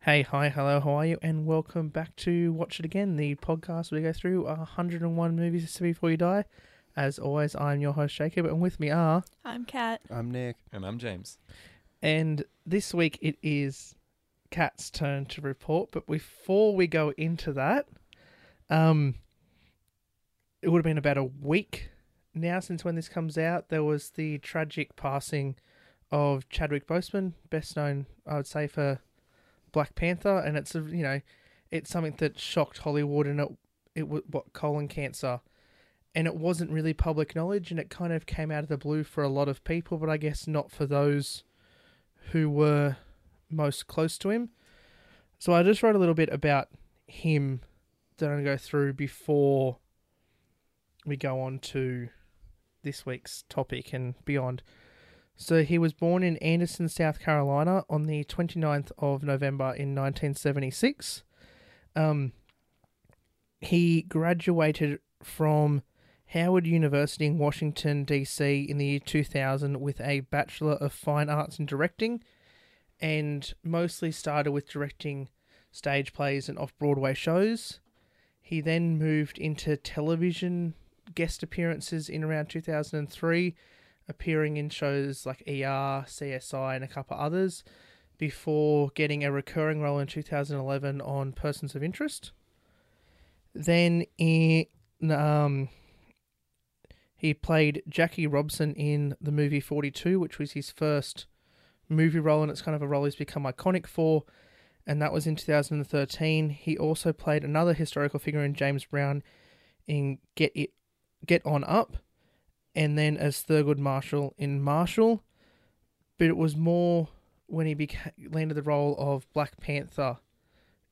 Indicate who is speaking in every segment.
Speaker 1: Hey, hi, hello, how are you? And welcome back to Watch It Again, the podcast where we go through 101 movies to see before you die. As always, I'm your host, Jacob, and with me are.
Speaker 2: I'm Kat.
Speaker 1: Oh,
Speaker 3: I'm Nick.
Speaker 4: And I'm James.
Speaker 1: And this week it is Kat's turn to report, but before we go into that, um, it would have been about a week now since when this comes out. There was the tragic passing of Chadwick Boseman, best known, I would say, for Black Panther, and it's a, you know, it's something that shocked Hollywood, and it it was what colon cancer, and it wasn't really public knowledge, and it kind of came out of the blue for a lot of people, but I guess not for those who were most close to him. So I just wrote a little bit about him that I'm going to go through before we go on to this week's topic and beyond. So he was born in Anderson, South Carolina on the 29th of November in 1976. Um, he graduated from Howard University in Washington, D.C. in the year 2000 with a Bachelor of Fine Arts in Directing and mostly started with directing stage plays and off Broadway shows. He then moved into television guest appearances in around 2003 appearing in shows like ER, CSI, and a couple others before getting a recurring role in 2011 on Persons of Interest. Then in, um, he played Jackie Robson in the movie 42, which was his first movie role, and it's kind of a role he's become iconic for. And that was in 2013. He also played another historical figure in James Brown in Get It, Get On Up, and then as Thurgood Marshall in Marshall. But it was more when he beca- landed the role of Black Panther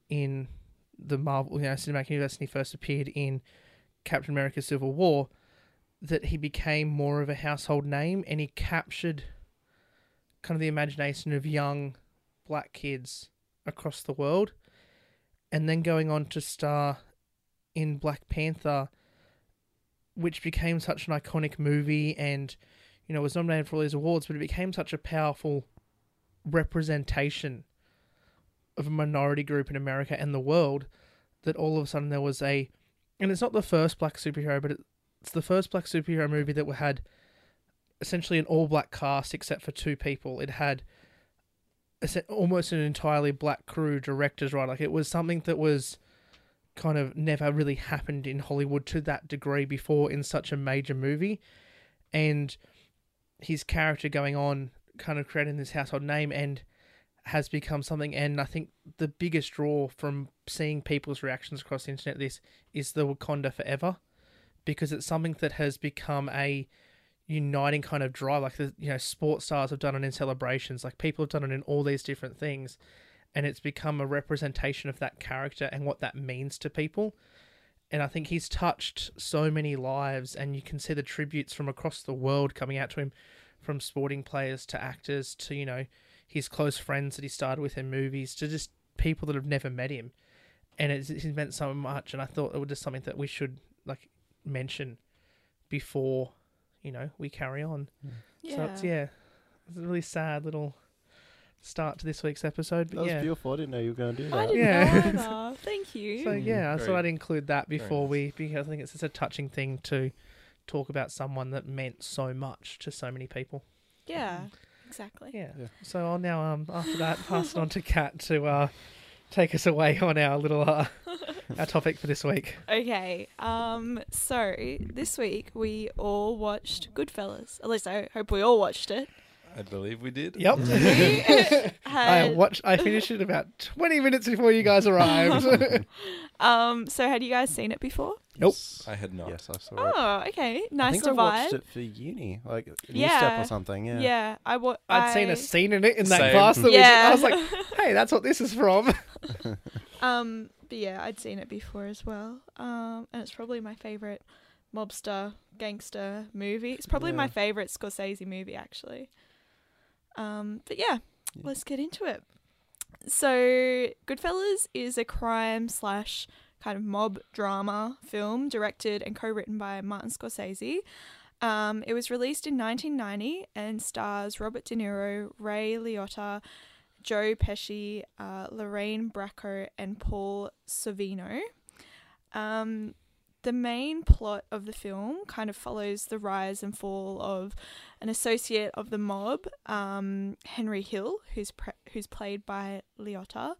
Speaker 1: in the Marvel you know, Cinematic Universe and he first appeared in Captain America Civil War that he became more of a household name and he captured kind of the imagination of young black kids across the world. And then going on to star in Black Panther which became such an iconic movie and you know was nominated for all these awards but it became such a powerful representation of a minority group in America and the world that all of a sudden there was a and it's not the first black superhero but it's the first black superhero movie that had essentially an all black cast except for two people it had es- almost an entirely black crew directors right like it was something that was kind of never really happened in Hollywood to that degree before in such a major movie. And his character going on, kind of creating this household name and has become something. And I think the biggest draw from seeing people's reactions across the internet this is the Wakanda Forever because it's something that has become a uniting kind of drive. Like, the, you know, sports stars have done it in celebrations, like, people have done it in all these different things and it's become a representation of that character and what that means to people. And I think he's touched so many lives, and you can see the tributes from across the world coming out to him from sporting players to actors to, you know, his close friends that he started with in movies to just people that have never met him. And it's, it's meant so much. And I thought it was just something that we should, like, mention before, you know, we carry on. So it's, yeah, it's a really sad little start to this week's episode. But
Speaker 3: That was
Speaker 1: yeah.
Speaker 3: beautiful. I didn't know you were going to do
Speaker 2: I
Speaker 3: that.
Speaker 2: didn't
Speaker 1: Yeah.
Speaker 2: know either. Thank you.
Speaker 1: So
Speaker 3: Mm,
Speaker 1: yeah, I
Speaker 4: very-
Speaker 1: thought I'd include that
Speaker 4: very
Speaker 1: before
Speaker 4: nice.
Speaker 1: we because I think it's just a touching thing to talk about someone that meant so much to so many people.
Speaker 2: yeah, exactly.
Speaker 1: mm, Yeah.
Speaker 3: Yeah.
Speaker 1: So I'll now um after that pass it on to Kat to uh take us away on our little uh our topic for this week.
Speaker 2: Okay. Um. So this week we all watched Goodfellas. At least I hope we all watched it.
Speaker 4: I believe we did.
Speaker 1: Yep.
Speaker 2: We
Speaker 1: I
Speaker 2: had,
Speaker 1: watched I finished it about twenty minutes before you guys arrived.
Speaker 2: um. So had you guys seen it before?
Speaker 1: Nope.
Speaker 4: I had not.
Speaker 3: Yes, I saw it.
Speaker 2: Oh, okay.
Speaker 3: I
Speaker 2: Nice
Speaker 3: think
Speaker 2: divide.
Speaker 3: I watched it for uni, like New Step
Speaker 2: Yeah.
Speaker 3: or something. Yeah.
Speaker 2: Yeah. I wa-
Speaker 1: I'd seen
Speaker 2: I-
Speaker 1: a scene in it in that
Speaker 4: Same.
Speaker 1: class that
Speaker 2: Yeah.
Speaker 1: we did. I was like, hey, that's what this is from.
Speaker 2: Um, but yeah, I'd seen it before as well. Um, and it's probably my favorite mobster gangster movie. It's probably my
Speaker 3: Yeah.
Speaker 2: favorite Scorsese movie actually. Um, but yeah,
Speaker 3: Yeah.
Speaker 2: let's get into it. So, Goodfellas is a crime slash kind of mob drama film directed and co-written by Martin Scorsese. Um, it was released in 1990 and stars Robert De Niro, Ray Liotta, Joe Pesci, uh, Lorraine Bracco, and Paul Sorvino. Um, the main plot of the film kind of follows the rise and fall of an associate of the mob, um, Henry Hill, who's pre- who's played by Liotta,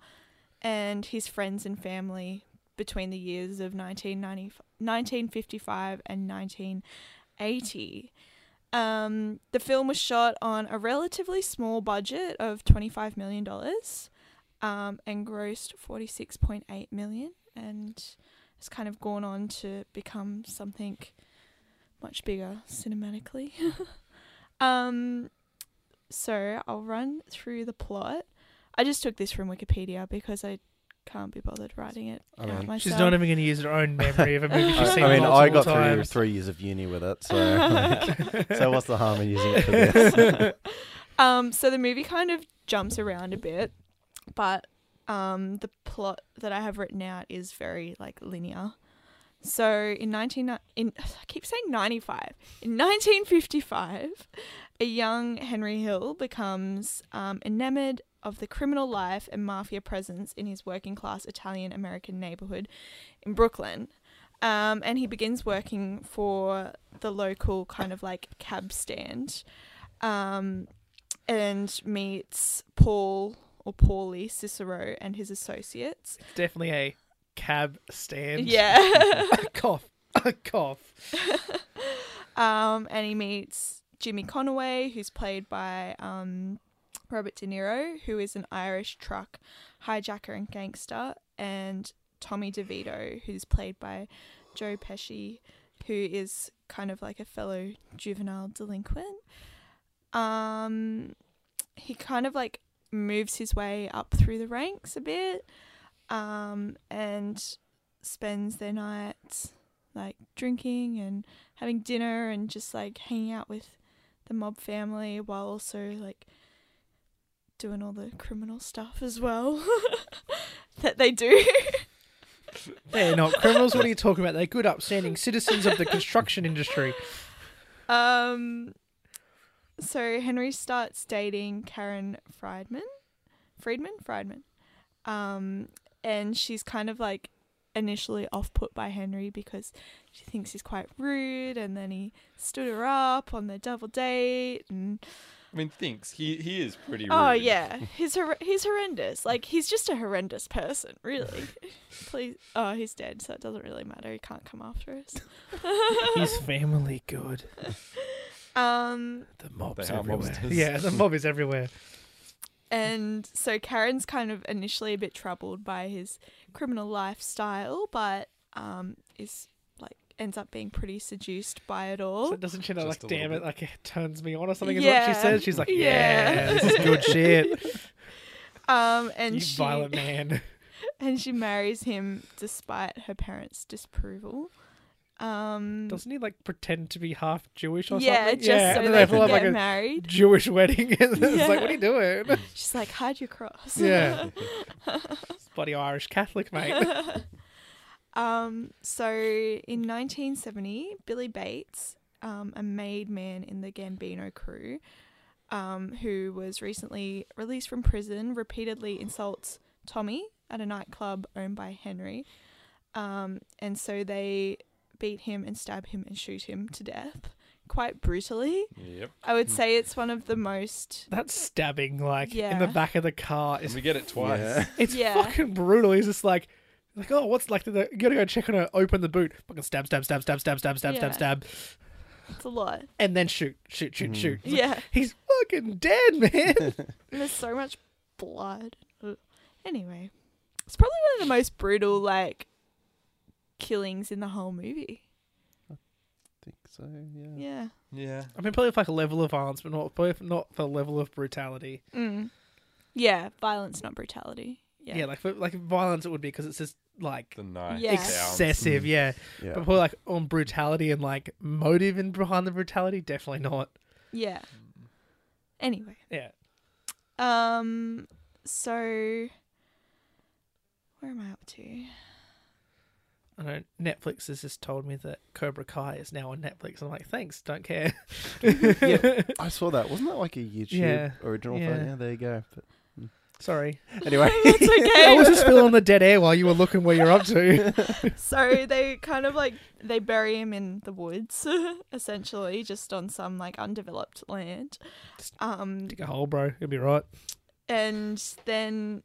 Speaker 2: and his friends and family between the years of 1990 1955 and 1980. Um, the film was shot on a relatively small budget of $25 million um, and grossed 46.8 million and has kind of gone on to become something much bigger cinematically. um, so I'll run through the plot. I just took this from Wikipedia because I can't be bothered writing it
Speaker 3: I
Speaker 2: out
Speaker 3: mean- She's
Speaker 2: myself.
Speaker 1: She's not even going to use her own memory of a movie
Speaker 3: I,
Speaker 1: she's seen
Speaker 3: I mean, I got
Speaker 1: multiple
Speaker 3: through
Speaker 1: times.
Speaker 3: three years of uni with it, so so what's the harm in using it for this?
Speaker 2: Um, so the movie kind of jumps around a bit, but um, the plot that I have written out is very like linear. So in nineteen in I keep saying ninety five in nineteen fifty five, a young Henry Hill becomes um, enamored of the criminal life and mafia presence in his working class Italian American neighborhood in Brooklyn. Um, and he begins working for the local kind of like cab stand. Um, and meets Paul or Paulie Cicero and his associates.
Speaker 1: Definitely a cab stand.
Speaker 2: Yeah.
Speaker 1: cough. cough.
Speaker 2: um, and he meets Jimmy Conaway, who's played by um, Robert De Niro, who is an Irish truck hijacker and gangster, and Tommy DeVito, who's played by Joe Pesci, who is kind of like a fellow juvenile delinquent. Um, he kind of like moves his way up through the ranks a bit um, and spends their nights like drinking and having dinner and just like hanging out with the mob family while also like doing all the criminal stuff as well that they do.
Speaker 1: They're not criminals. What are you talking about? They're good, upstanding citizens of the construction industry.
Speaker 2: Um, so Henry starts dating Karen Friedman, Friedman, Friedman, um, and she's kind of like initially off put by Henry because she thinks he's quite rude, and then he stood her up on their double date, and
Speaker 4: I mean, thinks he he is pretty. Rude.
Speaker 2: Oh yeah, he's hor- he's horrendous. Like he's just a horrendous person, really. Please, oh, he's dead, so it doesn't really matter. He can't come after us.
Speaker 1: His family good.
Speaker 2: Um,
Speaker 1: The mob's
Speaker 4: They are
Speaker 1: everywhere.
Speaker 4: mobsters.
Speaker 1: Yeah, the mob is everywhere.
Speaker 2: and so Karen's kind of initially a bit troubled by his criminal lifestyle, but um, is like ends up being pretty seduced by it all.
Speaker 1: So doesn't she know, like,
Speaker 4: Just a little
Speaker 1: damn it,
Speaker 4: bit.
Speaker 1: like, it turns me on or something is what
Speaker 2: Oh. Yeah.
Speaker 1: she says? She's like, yeah,
Speaker 2: Yeah.
Speaker 1: this is good shit.
Speaker 2: Um, and
Speaker 1: you
Speaker 2: she
Speaker 1: violent man.
Speaker 2: and she marries him despite her parents' disapproval. Um,
Speaker 1: Doesn't he, like, pretend to be half Jewish or
Speaker 2: yeah,
Speaker 1: something?
Speaker 2: just so
Speaker 1: and then
Speaker 2: they
Speaker 1: have,
Speaker 2: can
Speaker 1: like,
Speaker 2: get
Speaker 1: a
Speaker 2: married.
Speaker 1: Jewish wedding. and it's
Speaker 2: Yeah.
Speaker 1: like, what are you doing?
Speaker 2: She's like, hide your cross.
Speaker 1: Yeah. Bloody Irish Catholic, mate.
Speaker 2: um, so in 1970, Billy Bates, um, a made man in the Gambino crew, um, who was recently released from prison, repeatedly insults Tommy at a nightclub owned by Henry. Um, and so they beat him and stab him and shoot him to death quite brutally.
Speaker 4: Yep.
Speaker 2: I would say it's one of the most.
Speaker 1: That's stabbing, like in
Speaker 2: Yeah.
Speaker 1: the back of the car.
Speaker 4: And
Speaker 1: It's
Speaker 4: we get it twice.
Speaker 3: Yeah.
Speaker 1: it's
Speaker 2: Yeah.
Speaker 1: fucking brutal. He's just like, like oh, what's like? The, you gotta go check on her. Open the boot. Fucking stab, stab, stab, stab, stab, stab, stab,
Speaker 2: Yeah.
Speaker 1: stab, stab,
Speaker 2: It's a lot.
Speaker 1: and then shoot, shoot, shoot, shoot. It's like,
Speaker 2: Yeah.
Speaker 1: he's fucking dead, man.
Speaker 2: And there's so much blood. Ugh. Anyway, it's probably one of the most brutal like killings in the whole movie.
Speaker 3: think so. Yeah.
Speaker 2: Yeah.
Speaker 4: Yeah.
Speaker 1: I mean, probably for like a level of violence, but not probably not for level of brutality.
Speaker 2: Mm. Yeah, violence, not brutality.
Speaker 1: Yeah,
Speaker 2: Yeah.
Speaker 1: like for, like violence, it would be because it's just like
Speaker 4: The knife.
Speaker 2: Yeah.
Speaker 1: excessive. Yeah,
Speaker 3: Yeah.
Speaker 1: but probably like on brutality and like motive and behind the brutality, definitely not.
Speaker 2: yeah. Anyway.
Speaker 1: Yeah,
Speaker 2: Um. So, where am I up to?
Speaker 1: I know Netflix has just told me that Cobra Kai is now on Netflix. I'm like, thanks, don't care.
Speaker 3: Yeah, I saw that. Wasn't that like a YouTube
Speaker 1: Yeah.
Speaker 3: original
Speaker 1: Yeah.
Speaker 3: thing? Yeah, there you go. But
Speaker 1: Sorry.
Speaker 3: Anyway,
Speaker 2: That's
Speaker 1: I was
Speaker 2: okay.
Speaker 1: just still on the dead air while you were looking where you're up to.
Speaker 2: so they kind of like they bury him in the woods, essentially, just on some like undeveloped land. Um,
Speaker 1: Dig a hole, bro. You'll be right.
Speaker 2: and then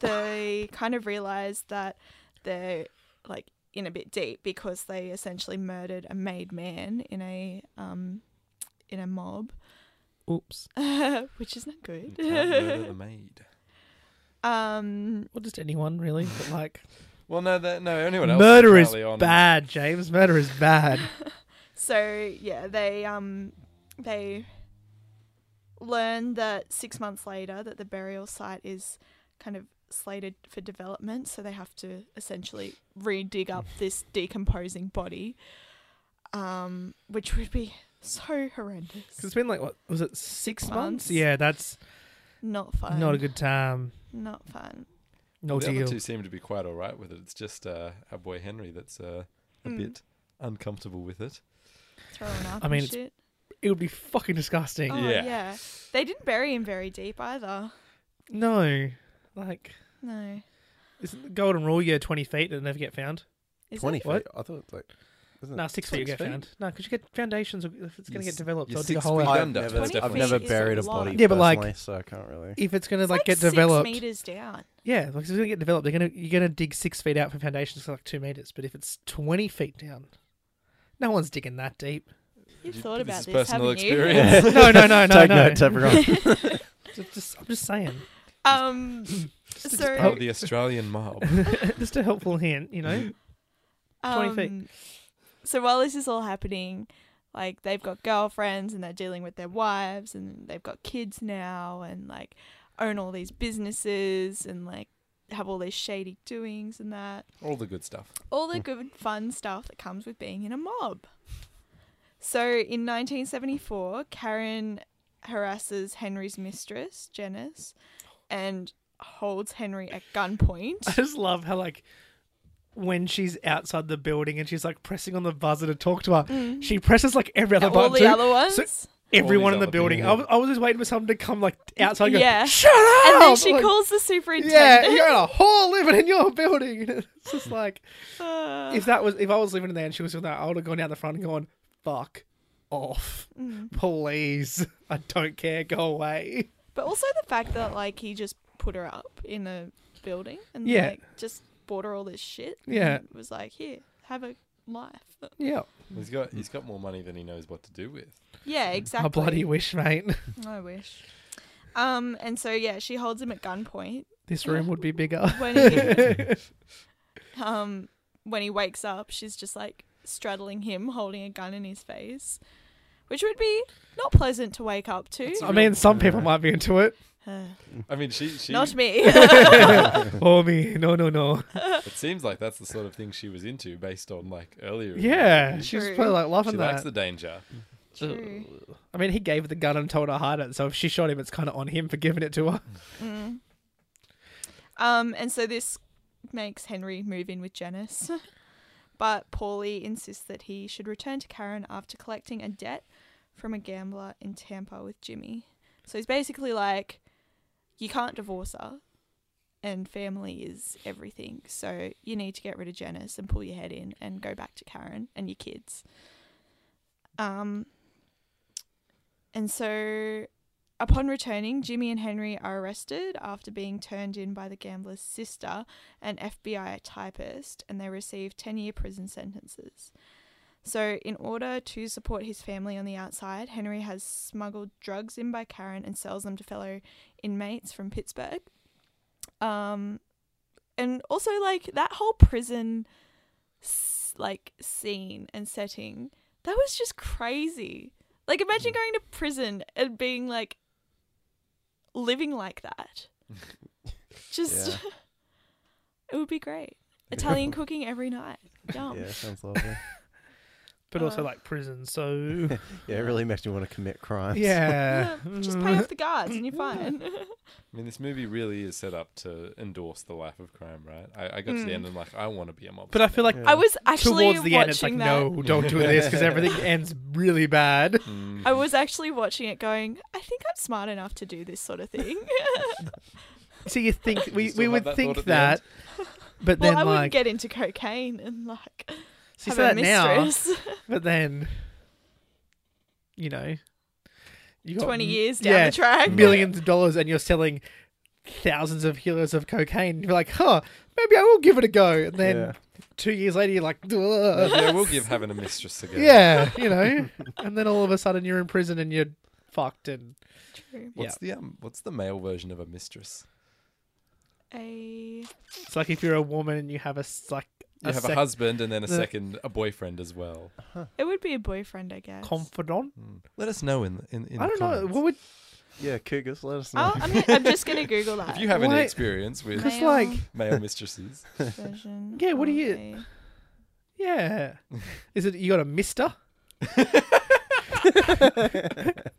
Speaker 2: they kind of realize that they're like in a bit deep because they essentially murdered a made man in a um in a mob
Speaker 1: Oops.
Speaker 2: which is not
Speaker 4: You
Speaker 2: good
Speaker 4: can't murder the maid.
Speaker 2: um
Speaker 1: Well, just anyone really, but like
Speaker 4: Well, no, that, no, anyone else.
Speaker 1: murder is
Speaker 4: apparently on,
Speaker 1: bad, James. Murder is bad.
Speaker 2: so yeah they um they learn that six months later that the burial site is kind of slated for development so they have to essentially re-dig up this decomposing body um which would be so
Speaker 1: 'Cause
Speaker 2: horrendous
Speaker 1: it's been like what was it six
Speaker 2: Six
Speaker 1: months?
Speaker 2: months.
Speaker 1: Yeah, that's
Speaker 2: not fun
Speaker 1: not a good time.
Speaker 2: not fun
Speaker 1: No
Speaker 4: the other
Speaker 1: deal.
Speaker 4: two seem to be quite all right with it. It's just uh, our boy Henry that's uh, a
Speaker 2: Mm.
Speaker 4: bit uncomfortable with it.
Speaker 2: throwing up
Speaker 1: mean,
Speaker 2: and
Speaker 1: it's-
Speaker 2: shit
Speaker 1: It would be fucking disgusting.
Speaker 2: oh
Speaker 4: Yeah.
Speaker 2: yeah. they didn't bury him very deep either
Speaker 1: No, like
Speaker 2: no
Speaker 1: isn't the golden rule? You're twenty feet and never get found.
Speaker 2: Is it?
Speaker 3: twenty
Speaker 1: What?
Speaker 3: feet. I thought it's like. Isn't
Speaker 1: No, six feet you
Speaker 3: six
Speaker 1: get
Speaker 3: feet?
Speaker 1: found. No, because you get foundations. or- If it's gonna
Speaker 4: You're
Speaker 1: get
Speaker 4: s-
Speaker 1: developed,
Speaker 4: you're
Speaker 1: I'll dig a
Speaker 4: six
Speaker 1: hole
Speaker 4: feet down.
Speaker 1: out.
Speaker 3: I've
Speaker 4: Under.
Speaker 3: never,
Speaker 4: That's
Speaker 3: I've
Speaker 4: definitely-
Speaker 3: never
Speaker 2: Feet is a
Speaker 3: buried a
Speaker 2: lot.
Speaker 3: body.
Speaker 1: Yeah, but, like-
Speaker 3: personally, so I can't really.
Speaker 1: If it's gonna
Speaker 2: It's
Speaker 1: like,
Speaker 2: like
Speaker 1: get
Speaker 2: six
Speaker 1: developed,
Speaker 2: meters down
Speaker 1: yeah, like if it's gonna get developed, they're gonna you're gonna dig six feet out for foundations for like two meters. But if it's twenty feet down, no one's digging that deep.
Speaker 2: You've
Speaker 4: You-
Speaker 2: thought
Speaker 4: this
Speaker 2: about
Speaker 4: is
Speaker 2: this,
Speaker 4: personal
Speaker 2: haven't
Speaker 4: experience.
Speaker 1: No, no, no, no,
Speaker 3: Take
Speaker 1: no.
Speaker 3: notes, everyone.
Speaker 1: Just, just- I'm just saying,
Speaker 2: you? Um,
Speaker 1: just
Speaker 2: so
Speaker 4: Oh, the Australian mob.
Speaker 1: just a helpful hint, you know. 20 feet.
Speaker 2: um, so while this is all happening, like they've got girlfriends and they're dealing with their wives and they've got kids now and like own all these businesses and like have all these shady doings and that
Speaker 4: All the good stuff.
Speaker 2: all
Speaker 1: Hmm.
Speaker 2: the good fun stuff that comes with being in a mob. So in 1974, Karen harasses Henry's mistress, Janice, and holds Henry at gunpoint.
Speaker 1: I just love how like when she's outside the building and she's like pressing on the buzzer to talk to her, she presses like every other
Speaker 2: Mm. all
Speaker 1: button.
Speaker 2: the
Speaker 1: too.
Speaker 2: other ones.
Speaker 1: So everyone
Speaker 4: these
Speaker 1: in the
Speaker 4: other
Speaker 1: building.
Speaker 4: people.
Speaker 1: I was, I was just waiting for someone to come like outside. And go,
Speaker 2: Yeah.
Speaker 1: Shut up!
Speaker 2: and then she
Speaker 1: Like,
Speaker 2: calls the
Speaker 1: Oh, Yeah,
Speaker 2: superintendent.
Speaker 1: you're in a whore living in your building. And It's just like
Speaker 2: Uh,
Speaker 1: if that was if I was living in there and she was doing that, I would have gone down the front and gone, "Fuck off,
Speaker 2: mm.
Speaker 1: please! I don't care. Go away."
Speaker 2: but also the fact that like he just put her up in a building and
Speaker 1: Yeah.
Speaker 2: like just bought her all this shit.
Speaker 1: Yeah.
Speaker 2: and was like, here, have a life.
Speaker 1: Yeah,
Speaker 4: He's got he's got more money than he knows what to do with.
Speaker 2: Yeah, exactly.
Speaker 1: I bloody wish, mate.
Speaker 2: I wish. Um, and so yeah, she holds him at gunpoint
Speaker 1: This room would be bigger.
Speaker 2: when he, um when he wakes up. She's just like straddling him, holding a gun in his face, which would be not pleasant to wake up to.
Speaker 4: It's
Speaker 1: I mean, some people might be into it.
Speaker 2: Uh,
Speaker 4: I mean, she she.
Speaker 2: not me.
Speaker 1: Oh me, no, no, no.
Speaker 4: It seems like that's the sort of thing she was into, based on like earlier. in the
Speaker 1: Yeah,
Speaker 4: movie.
Speaker 1: she's
Speaker 2: True.
Speaker 1: probably like
Speaker 4: she
Speaker 1: loving
Speaker 4: likes
Speaker 1: that.
Speaker 4: the danger.
Speaker 2: True.
Speaker 1: I mean, he gave her the gun and told her to hide it, so if she shot him, it's kind of on him for giving it to her.
Speaker 2: Mm. Um, and so this makes Henry move in with Janice. but Paulie insists that he should return to Karen after collecting a debt from a gambler in Tampa with Jimmy. So he's basically like, you can't divorce her, and family is everything. So you need to get rid of Janice and pull your head in and go back to Karen and your kids. Um, and so Upon returning, Jimmy and Henry are arrested after being turned in by the gambler's sister, an FBI typist, and they receive 10 year prison sentences. So, in order to support his family on the outside, Henry has smuggled drugs in by Karen and sells them to fellow inmates from Pittsburgh. Um, and also, like, that whole prison s- like scene and setting, that was just crazy. Like,
Speaker 3: Mm.
Speaker 2: imagine going to prison and being like, living like that. Just,
Speaker 3: Yeah.
Speaker 2: it would be great. Italian cooking every night. Yum.
Speaker 3: Yeah, sounds lovely.
Speaker 1: But also
Speaker 2: Uh.
Speaker 1: like prison, so
Speaker 3: Yeah, it really makes me want to commit crimes.
Speaker 1: yeah. Mm.
Speaker 2: Just pay off the guards and you're fine.
Speaker 4: I mean, this movie really is set up to endorse the life of crime, right? I, I got to the
Speaker 2: Mm.
Speaker 4: end and like, I want to be a mob.
Speaker 1: Hmm. But I feel like
Speaker 3: Yeah.
Speaker 2: I was actually
Speaker 1: towards the
Speaker 2: watching
Speaker 1: end, it's like,
Speaker 2: that.
Speaker 1: no, don't do this because everything ends really bad.
Speaker 4: Mm.
Speaker 2: I was actually watching it going, I think I'm smart enough to do this sort of thing.
Speaker 1: So you think we,
Speaker 4: still
Speaker 1: we
Speaker 4: have
Speaker 1: would
Speaker 4: that thought
Speaker 1: think
Speaker 4: at the end?
Speaker 1: that, but
Speaker 2: well,
Speaker 1: then
Speaker 2: I wouldn't
Speaker 1: like
Speaker 2: get into cocaine and like
Speaker 1: she
Speaker 2: have
Speaker 1: said
Speaker 2: a
Speaker 1: that now,
Speaker 2: mistress.
Speaker 1: but then you know you got
Speaker 2: Twenty
Speaker 1: m-
Speaker 2: years down
Speaker 1: Mm, yeah,
Speaker 2: the track.
Speaker 1: millions of dollars and you're selling thousands of kilos of cocaine. You're like, huh, maybe I will give it a go. And then
Speaker 3: Yeah.
Speaker 1: two years later, you're like,
Speaker 4: Maybe
Speaker 1: "Duh."
Speaker 4: I will Uh, give having a mistress again.
Speaker 1: yeah, you know. And then all of a sudden, you're in prison and you're fucked. And
Speaker 2: True.
Speaker 4: What's the um? What's the male version of a mistress?
Speaker 2: A
Speaker 1: it's like if you're a woman and you have a s- like
Speaker 4: You
Speaker 1: a
Speaker 4: have a
Speaker 1: sec-
Speaker 4: husband and then a
Speaker 1: the-
Speaker 4: second, a boyfriend as well.
Speaker 2: it would be a boyfriend, I guess.
Speaker 1: confidant.
Speaker 4: Mm. Let us know in in. in
Speaker 1: I
Speaker 4: the
Speaker 1: don't know.
Speaker 4: comments.
Speaker 1: What would
Speaker 3: Yeah, cougars, let us know.
Speaker 2: I'll, I'm, gonna, I'm just gonna Google that.
Speaker 4: if you have
Speaker 1: Why-
Speaker 4: any experience with
Speaker 1: Cause like-
Speaker 4: male mistresses,
Speaker 2: version
Speaker 1: Yeah, what do
Speaker 2: of
Speaker 1: you-
Speaker 2: a-
Speaker 1: yeah? Is it you got a Mister?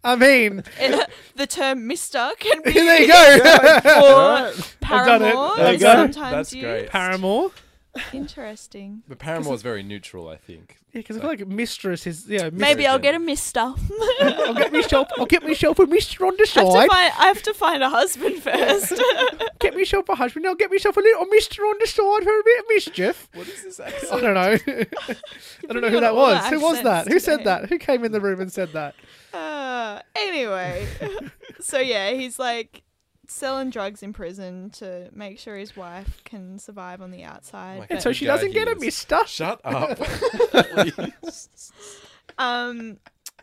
Speaker 1: I mean,
Speaker 2: Eh, the term Mister can be
Speaker 1: there you go.
Speaker 2: or
Speaker 1: I've done it.
Speaker 2: Paramore.
Speaker 1: There
Speaker 2: is
Speaker 1: you go.
Speaker 2: Sometimes
Speaker 4: That's
Speaker 2: you
Speaker 4: great.
Speaker 1: Paramore.
Speaker 2: interesting.
Speaker 4: But Paramore is very neutral, I think.
Speaker 1: Yeah, because I feel like mistress is yeah. Mis-
Speaker 2: Maybe I'll get a
Speaker 4: general.
Speaker 2: Mister.
Speaker 1: I'll get myself. I'll get myself a mister on the
Speaker 2: I have, to
Speaker 1: side.
Speaker 2: find, I have to find a husband first.
Speaker 1: Get myself a husband. I'll get myself a little mister on the side for a bit of mischief.
Speaker 4: What is this
Speaker 1: I
Speaker 4: accent?
Speaker 1: don't know. I don't know who that was. Who was that? Who said that? Who came in the room and said that?
Speaker 2: Uh, anyway, so yeah, he's like selling drugs in prison to make sure his wife can survive on the outside.
Speaker 4: Like
Speaker 1: And
Speaker 2: but,
Speaker 1: Oh so she
Speaker 4: guy
Speaker 1: doesn't
Speaker 4: he
Speaker 1: get a
Speaker 4: is.
Speaker 1: mister.
Speaker 4: Shut up.
Speaker 2: um,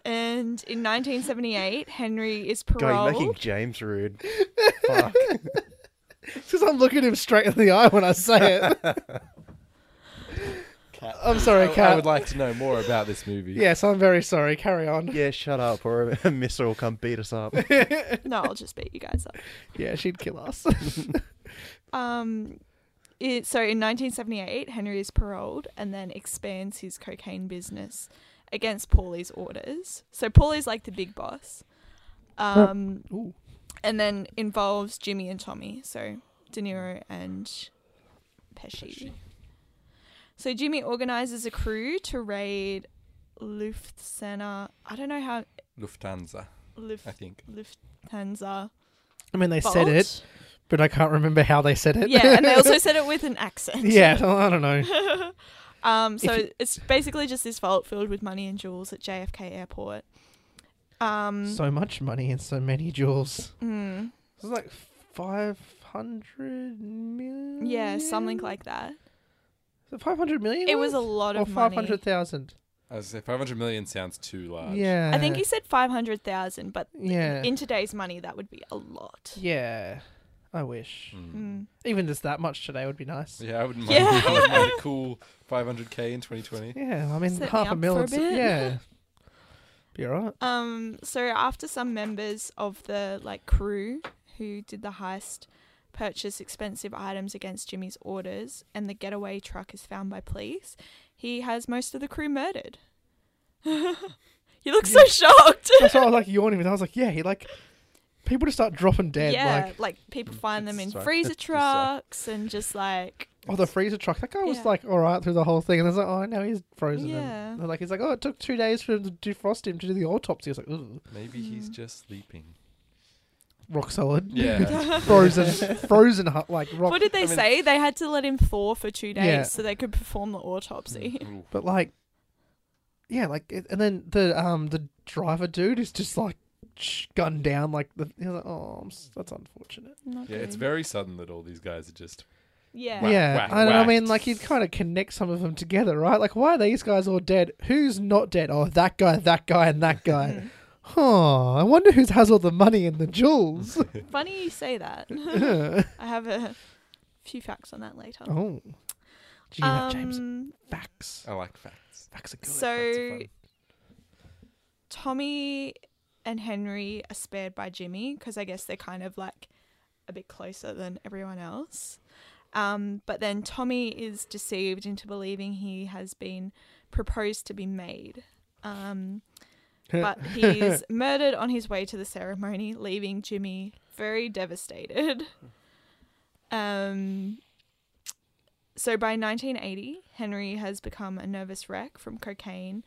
Speaker 2: and in 1978, Henry is
Speaker 3: God, you're making
Speaker 2: paroled.
Speaker 3: James rude. Fuck.
Speaker 1: Because I'm looking him straight in the eye when I say it.
Speaker 3: Cat.
Speaker 1: I'm sorry,
Speaker 4: Oh, I would
Speaker 1: Kat.
Speaker 4: like to know more about this movie.
Speaker 1: Yes, I'm very sorry. Carry on.
Speaker 3: Yeah, shut up, or a missile will come beat us up.
Speaker 2: No, I'll just beat you guys up.
Speaker 1: Yeah, she'd kill us.
Speaker 2: Um, it, so in 1978, Henry is paroled and then expands his cocaine business against Paulie's orders. So Paulie's like the big boss. Um,
Speaker 1: Ooh.
Speaker 2: and then involves Jimmy and Tommy, so De Niro and Pesci. So Jimmy organizes a crew to raid Lufthansa. I don't know how
Speaker 4: Lufthansa,
Speaker 2: Luf,
Speaker 4: I think.
Speaker 2: Lufthansa.
Speaker 1: I mean, they
Speaker 2: Bolt.
Speaker 1: said it, but I can't remember how they said it.
Speaker 2: Yeah, and they also said it with an accent.
Speaker 1: yeah, so I don't know.
Speaker 2: Um, so
Speaker 1: If you-
Speaker 2: it's basically just this vault filled with money and jewels at JFK Airport. Um,
Speaker 1: So much money and so many jewels.
Speaker 2: mm,
Speaker 1: This is like 500 million?
Speaker 2: yeah, something like that.
Speaker 1: Is it 500 million?
Speaker 2: It was a lot
Speaker 1: Or
Speaker 2: of money.
Speaker 1: 500,000.
Speaker 4: I was gonna say 500 million sounds too large.
Speaker 1: Yeah.
Speaker 2: I think he said five hundred thousand, but
Speaker 1: Yeah.
Speaker 2: in today's money, that would be a lot.
Speaker 1: yeah. I wish.
Speaker 4: Mm.
Speaker 2: Mm.
Speaker 1: Even just that much today would be nice.
Speaker 4: Yeah, I wouldn't mind,
Speaker 2: Yeah.
Speaker 4: I wouldn't mind a cool 500k in 2020.
Speaker 1: Yeah, I mean,
Speaker 2: Set me
Speaker 1: half
Speaker 2: up
Speaker 1: a
Speaker 2: for
Speaker 1: mil.
Speaker 2: a
Speaker 1: it's-
Speaker 2: bit.
Speaker 1: Yeah. Be alright.
Speaker 2: Um, so after some members of the like crew who did the heist purchase expensive items against Jimmy's orders, and the getaway truck is found by police, he has most of the crew murdered. you look so shocked.
Speaker 1: That's why I was like yawning, but I was like, yeah, he like people just start dropping dead.
Speaker 2: yeah,
Speaker 1: Like,
Speaker 2: like, people find them in
Speaker 3: Sorry.
Speaker 2: freezer
Speaker 3: Just sorry.
Speaker 2: trucks and just like
Speaker 1: oh, the freezer truck. That guy was
Speaker 2: Yeah.
Speaker 1: like all right through the whole thing, and I was like, oh, now he's frozen.
Speaker 2: Yeah.
Speaker 1: And, like he's like, oh, it took two days for him to defrost him to do the autopsy. I was like, ooh,
Speaker 4: Maybe he's
Speaker 2: Mm.
Speaker 4: just sleeping.
Speaker 1: rock solid.
Speaker 4: Yeah.
Speaker 1: frozen, frozen, hu- like rock.
Speaker 2: what did they
Speaker 4: I mean-
Speaker 2: say? They had to let him thaw for two days
Speaker 1: Yeah.
Speaker 2: so they could perform the autopsy.
Speaker 4: Ooh.
Speaker 1: But like, yeah, like, it, and then the um the driver dude is just like sh- gunned down. Like, the, he's like, oh, I'm s- that's unfortunate.
Speaker 2: Not
Speaker 4: yeah, it's
Speaker 2: good.
Speaker 4: very sudden that all these guys are just.
Speaker 2: yeah.
Speaker 4: Whack,
Speaker 1: yeah,
Speaker 4: whack,
Speaker 1: and I
Speaker 4: whack.
Speaker 1: mean, like, you kind of connect some of them together, right? Like, why are these guys all dead? Who's not dead? Oh, that guy, that guy, and that guy.
Speaker 2: Mm.
Speaker 1: Huh, I wonder who has all the money and the jewels.
Speaker 2: Mm. Funny you say that.
Speaker 1: oh.
Speaker 2: I have a few facts on that later.
Speaker 1: Gee, that James.
Speaker 2: Um,
Speaker 1: Facts.
Speaker 4: I like facts.
Speaker 1: Facts are good.
Speaker 2: so
Speaker 4: fun.
Speaker 2: Tommy and Henry are spared by Jimmy because I guess they're kind of like a bit closer than everyone else. Um, but then Tommy is deceived into believing he has been proposed to be made. Um, but he is murdered on his way to the ceremony, leaving Jimmy very devastated. Um, so by 1980, Henry has become a nervous wreck from cocaine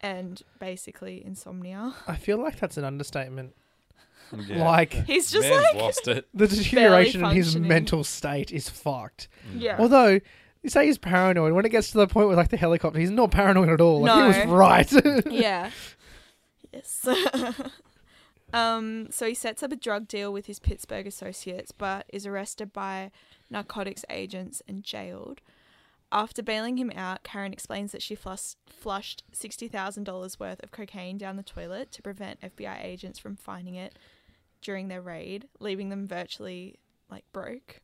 Speaker 2: and basically insomnia.
Speaker 1: I feel like that's an understatement.
Speaker 4: Yeah.
Speaker 1: Like-
Speaker 2: He's just
Speaker 4: Man's
Speaker 2: like
Speaker 4: lost it.
Speaker 1: The deterioration in his
Speaker 2: functioning.
Speaker 1: mental state is fucked.
Speaker 2: yeah.
Speaker 1: Although you say he's paranoid, when it gets to the point with like the helicopter, he's not paranoid at all. Like, He was
Speaker 2: No.
Speaker 1: right.
Speaker 2: yeah. Yes. um, so he sets up a drug deal with his Pittsburgh associates, but is arrested by narcotics agents and jailed. After bailing him out, Karen explains that she flus- flushed $60,000 worth of cocaine down the toilet to prevent FBI agents from finding it during their raid, leaving them virtually like broke.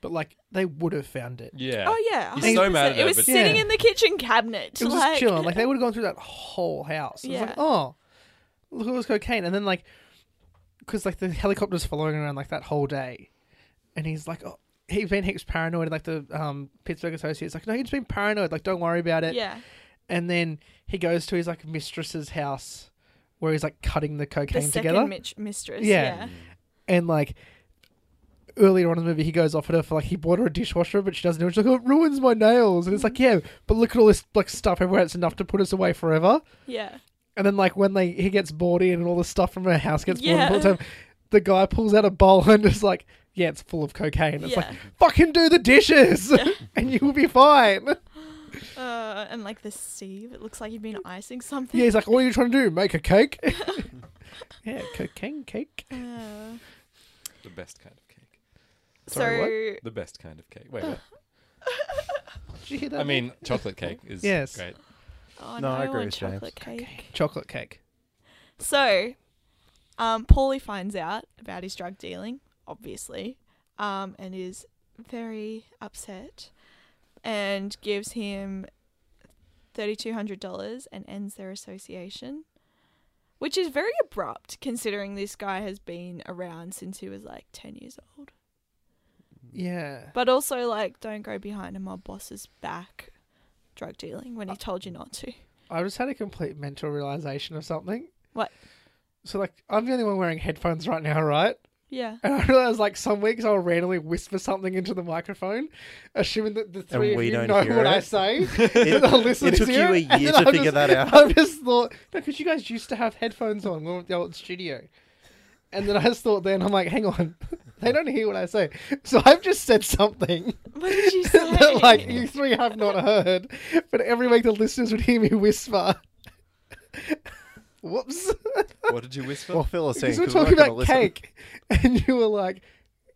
Speaker 1: but like they would have found it.
Speaker 4: Yeah.
Speaker 2: Oh yeah,
Speaker 4: He's so mad at
Speaker 2: 100%.
Speaker 4: her,
Speaker 2: It was
Speaker 4: but-
Speaker 2: sitting
Speaker 1: Yeah.
Speaker 2: in the kitchen cabinet.
Speaker 1: It was
Speaker 2: like,
Speaker 1: just chilling. Like they would have gone through that whole house. It was
Speaker 2: Yeah.
Speaker 1: like, oh, look at all this cocaine, and then like, because like the helicopter's following around like that whole day, and he's like, oh, he Van Hick's paranoid. Like the um, Pittsburgh associates, like, no, he's been paranoid. Like, don't worry about it.
Speaker 2: yeah,
Speaker 1: And then he goes to his like mistress's house, where he's like cutting the
Speaker 2: the
Speaker 1: cocaine
Speaker 2: second
Speaker 1: together,
Speaker 2: mit- mistress.
Speaker 1: Yeah.
Speaker 2: yeah.
Speaker 1: and like. Earlier on in the movie, he goes off at her for like he bought her a dishwasher, but she doesn't do it. She's like, "Oh, it ruins my nails," and it's like, "Yeah, but look at all this like stuff everywhere. It's enough to put us away forever."
Speaker 2: Yeah.
Speaker 1: And then like when they he gets bought in and all the stuff from her house gets bought in
Speaker 2: Yeah.
Speaker 1: full time, the guy pulls out a bowl and is like, "Yeah, it's full of cocaine." It's like,
Speaker 2: Yeah.
Speaker 1: "Fucking do the dishes, and you'll be fine."
Speaker 2: Uh, and like the sieve, it looks like you've been icing something.
Speaker 1: Yeah, he's like, "What are you trying to do? Make a cake?" yeah, cocaine cake.
Speaker 2: Uh,
Speaker 4: The best kind of cake.
Speaker 1: Sorry,
Speaker 2: so
Speaker 4: The best kind of cake. Wait, what?
Speaker 1: Did you hear that?
Speaker 4: I mean, chocolate cake is
Speaker 1: Yes.
Speaker 4: great.
Speaker 2: oh,
Speaker 3: No,
Speaker 2: no,
Speaker 3: I
Speaker 2: I
Speaker 3: agree
Speaker 2: want
Speaker 3: with James.
Speaker 2: chocolate cake.
Speaker 1: chocolate cake.
Speaker 2: So, um, Paulie finds out about his drug dealing, obviously, um, and is very upset, and gives him thirty two hundred dollars and ends their association, which is very abrupt considering this guy has been around since he was like ten years old.
Speaker 1: Yeah,
Speaker 2: But also, like, don't go behind a mob boss's back drug dealing
Speaker 1: Uh,
Speaker 2: when he told you not to.
Speaker 1: I just had a complete mental realization of something.
Speaker 2: What?
Speaker 1: So like, I'm the only one wearing headphones right now, right?
Speaker 2: Yeah.
Speaker 1: And I realized, like, some weeks I'll randomly whisper something into the microphone, assuming that the three of
Speaker 3: we
Speaker 1: you
Speaker 3: don't
Speaker 1: know
Speaker 3: hear
Speaker 1: what I
Speaker 3: it.
Speaker 1: say.
Speaker 3: It,
Speaker 1: Our listeners
Speaker 3: it took
Speaker 1: hear
Speaker 3: you a
Speaker 1: it,
Speaker 3: year
Speaker 1: and
Speaker 3: to
Speaker 1: I
Speaker 3: figure
Speaker 1: just-
Speaker 3: that out.
Speaker 1: I just thought, no, because you guys used to have headphones on when we were at the old studio. And then I just thought, then I'm like, hang on, they don't hear what I say. So I've just said something
Speaker 2: What did you say?
Speaker 1: that, like, you three have not heard. But every week the listeners would hear me whisper. Whoops.
Speaker 4: What did you whisper?
Speaker 3: Well, Phil is saying
Speaker 1: Because we're
Speaker 3: 'cause
Speaker 1: talking
Speaker 3: not gonna
Speaker 1: about cake, and you were like,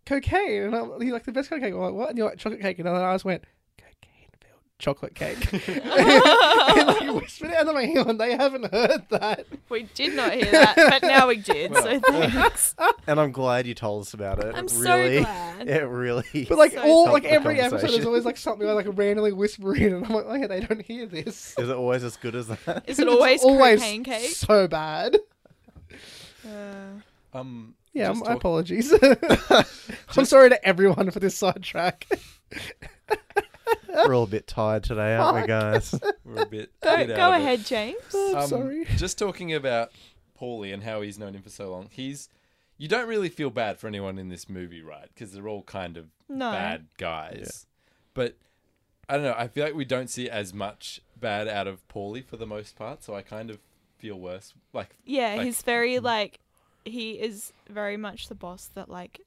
Speaker 1: cocaine, and I'm you're like the best kind of cake. I'm like, what? And you're like chocolate cake, and then I just went, cocaine filled chocolate cake. and like, you whispered it, and I'm like, hang on, they haven't heard that.
Speaker 2: we did not hear that, but now we did. so
Speaker 4: Well.
Speaker 2: thanks.
Speaker 3: And I'm glad you told us about it.
Speaker 2: I'm
Speaker 3: It
Speaker 2: so
Speaker 3: really,
Speaker 2: glad.
Speaker 3: It really.
Speaker 1: But like
Speaker 2: So
Speaker 1: all,
Speaker 2: sad.
Speaker 1: like
Speaker 3: Helped the
Speaker 1: every episode, there's
Speaker 3: conversation.
Speaker 1: always like something I like randomly whisper in, and I'm like, oh yeah, they don't hear this.
Speaker 3: Is it always as good as that?
Speaker 2: Is it
Speaker 1: It's
Speaker 2: always,
Speaker 1: always
Speaker 2: cocaine cake?
Speaker 1: So bad.
Speaker 2: Uh,
Speaker 4: Um,
Speaker 1: Yeah,
Speaker 4: just
Speaker 1: my
Speaker 4: talk-
Speaker 1: apologies. I'm sorry to everyone for this sidetrack.
Speaker 3: We're all a bit tired today, aren't we, guys?
Speaker 4: we're a bit.
Speaker 2: don't
Speaker 4: bit
Speaker 2: go
Speaker 4: out of it.
Speaker 2: ahead, James.
Speaker 1: I'm
Speaker 4: Um,
Speaker 1: sorry.
Speaker 4: Just talking about Paulie and how he's known him for so long. He's. You don't really feel bad for anyone in this movie, right? Because they're all kind of
Speaker 2: No.
Speaker 4: bad guys. But I don't know. I feel like we don't see as much bad out of Paulie for the most part. So I kind of feel worse. Like
Speaker 2: Yeah,
Speaker 4: Like- mm.
Speaker 2: he's very like he is very much the boss that like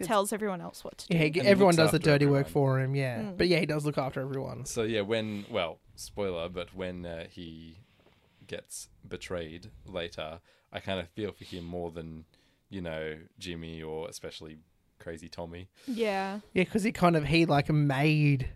Speaker 2: tells everyone else what to do.
Speaker 1: Yeah, he-
Speaker 4: And
Speaker 1: everyone
Speaker 4: looks
Speaker 1: does the
Speaker 4: after
Speaker 1: dirty work
Speaker 4: everyone.
Speaker 1: for him. Yeah,
Speaker 2: Mm.
Speaker 1: but yeah, he does look after everyone.
Speaker 4: so. Yeah. When well, spoiler, but when uh, he gets betrayed later, I kind of feel for him more than you know Jimmy or especially Crazy Tommy.
Speaker 2: Yeah.
Speaker 1: Yeah, because he kind of he like made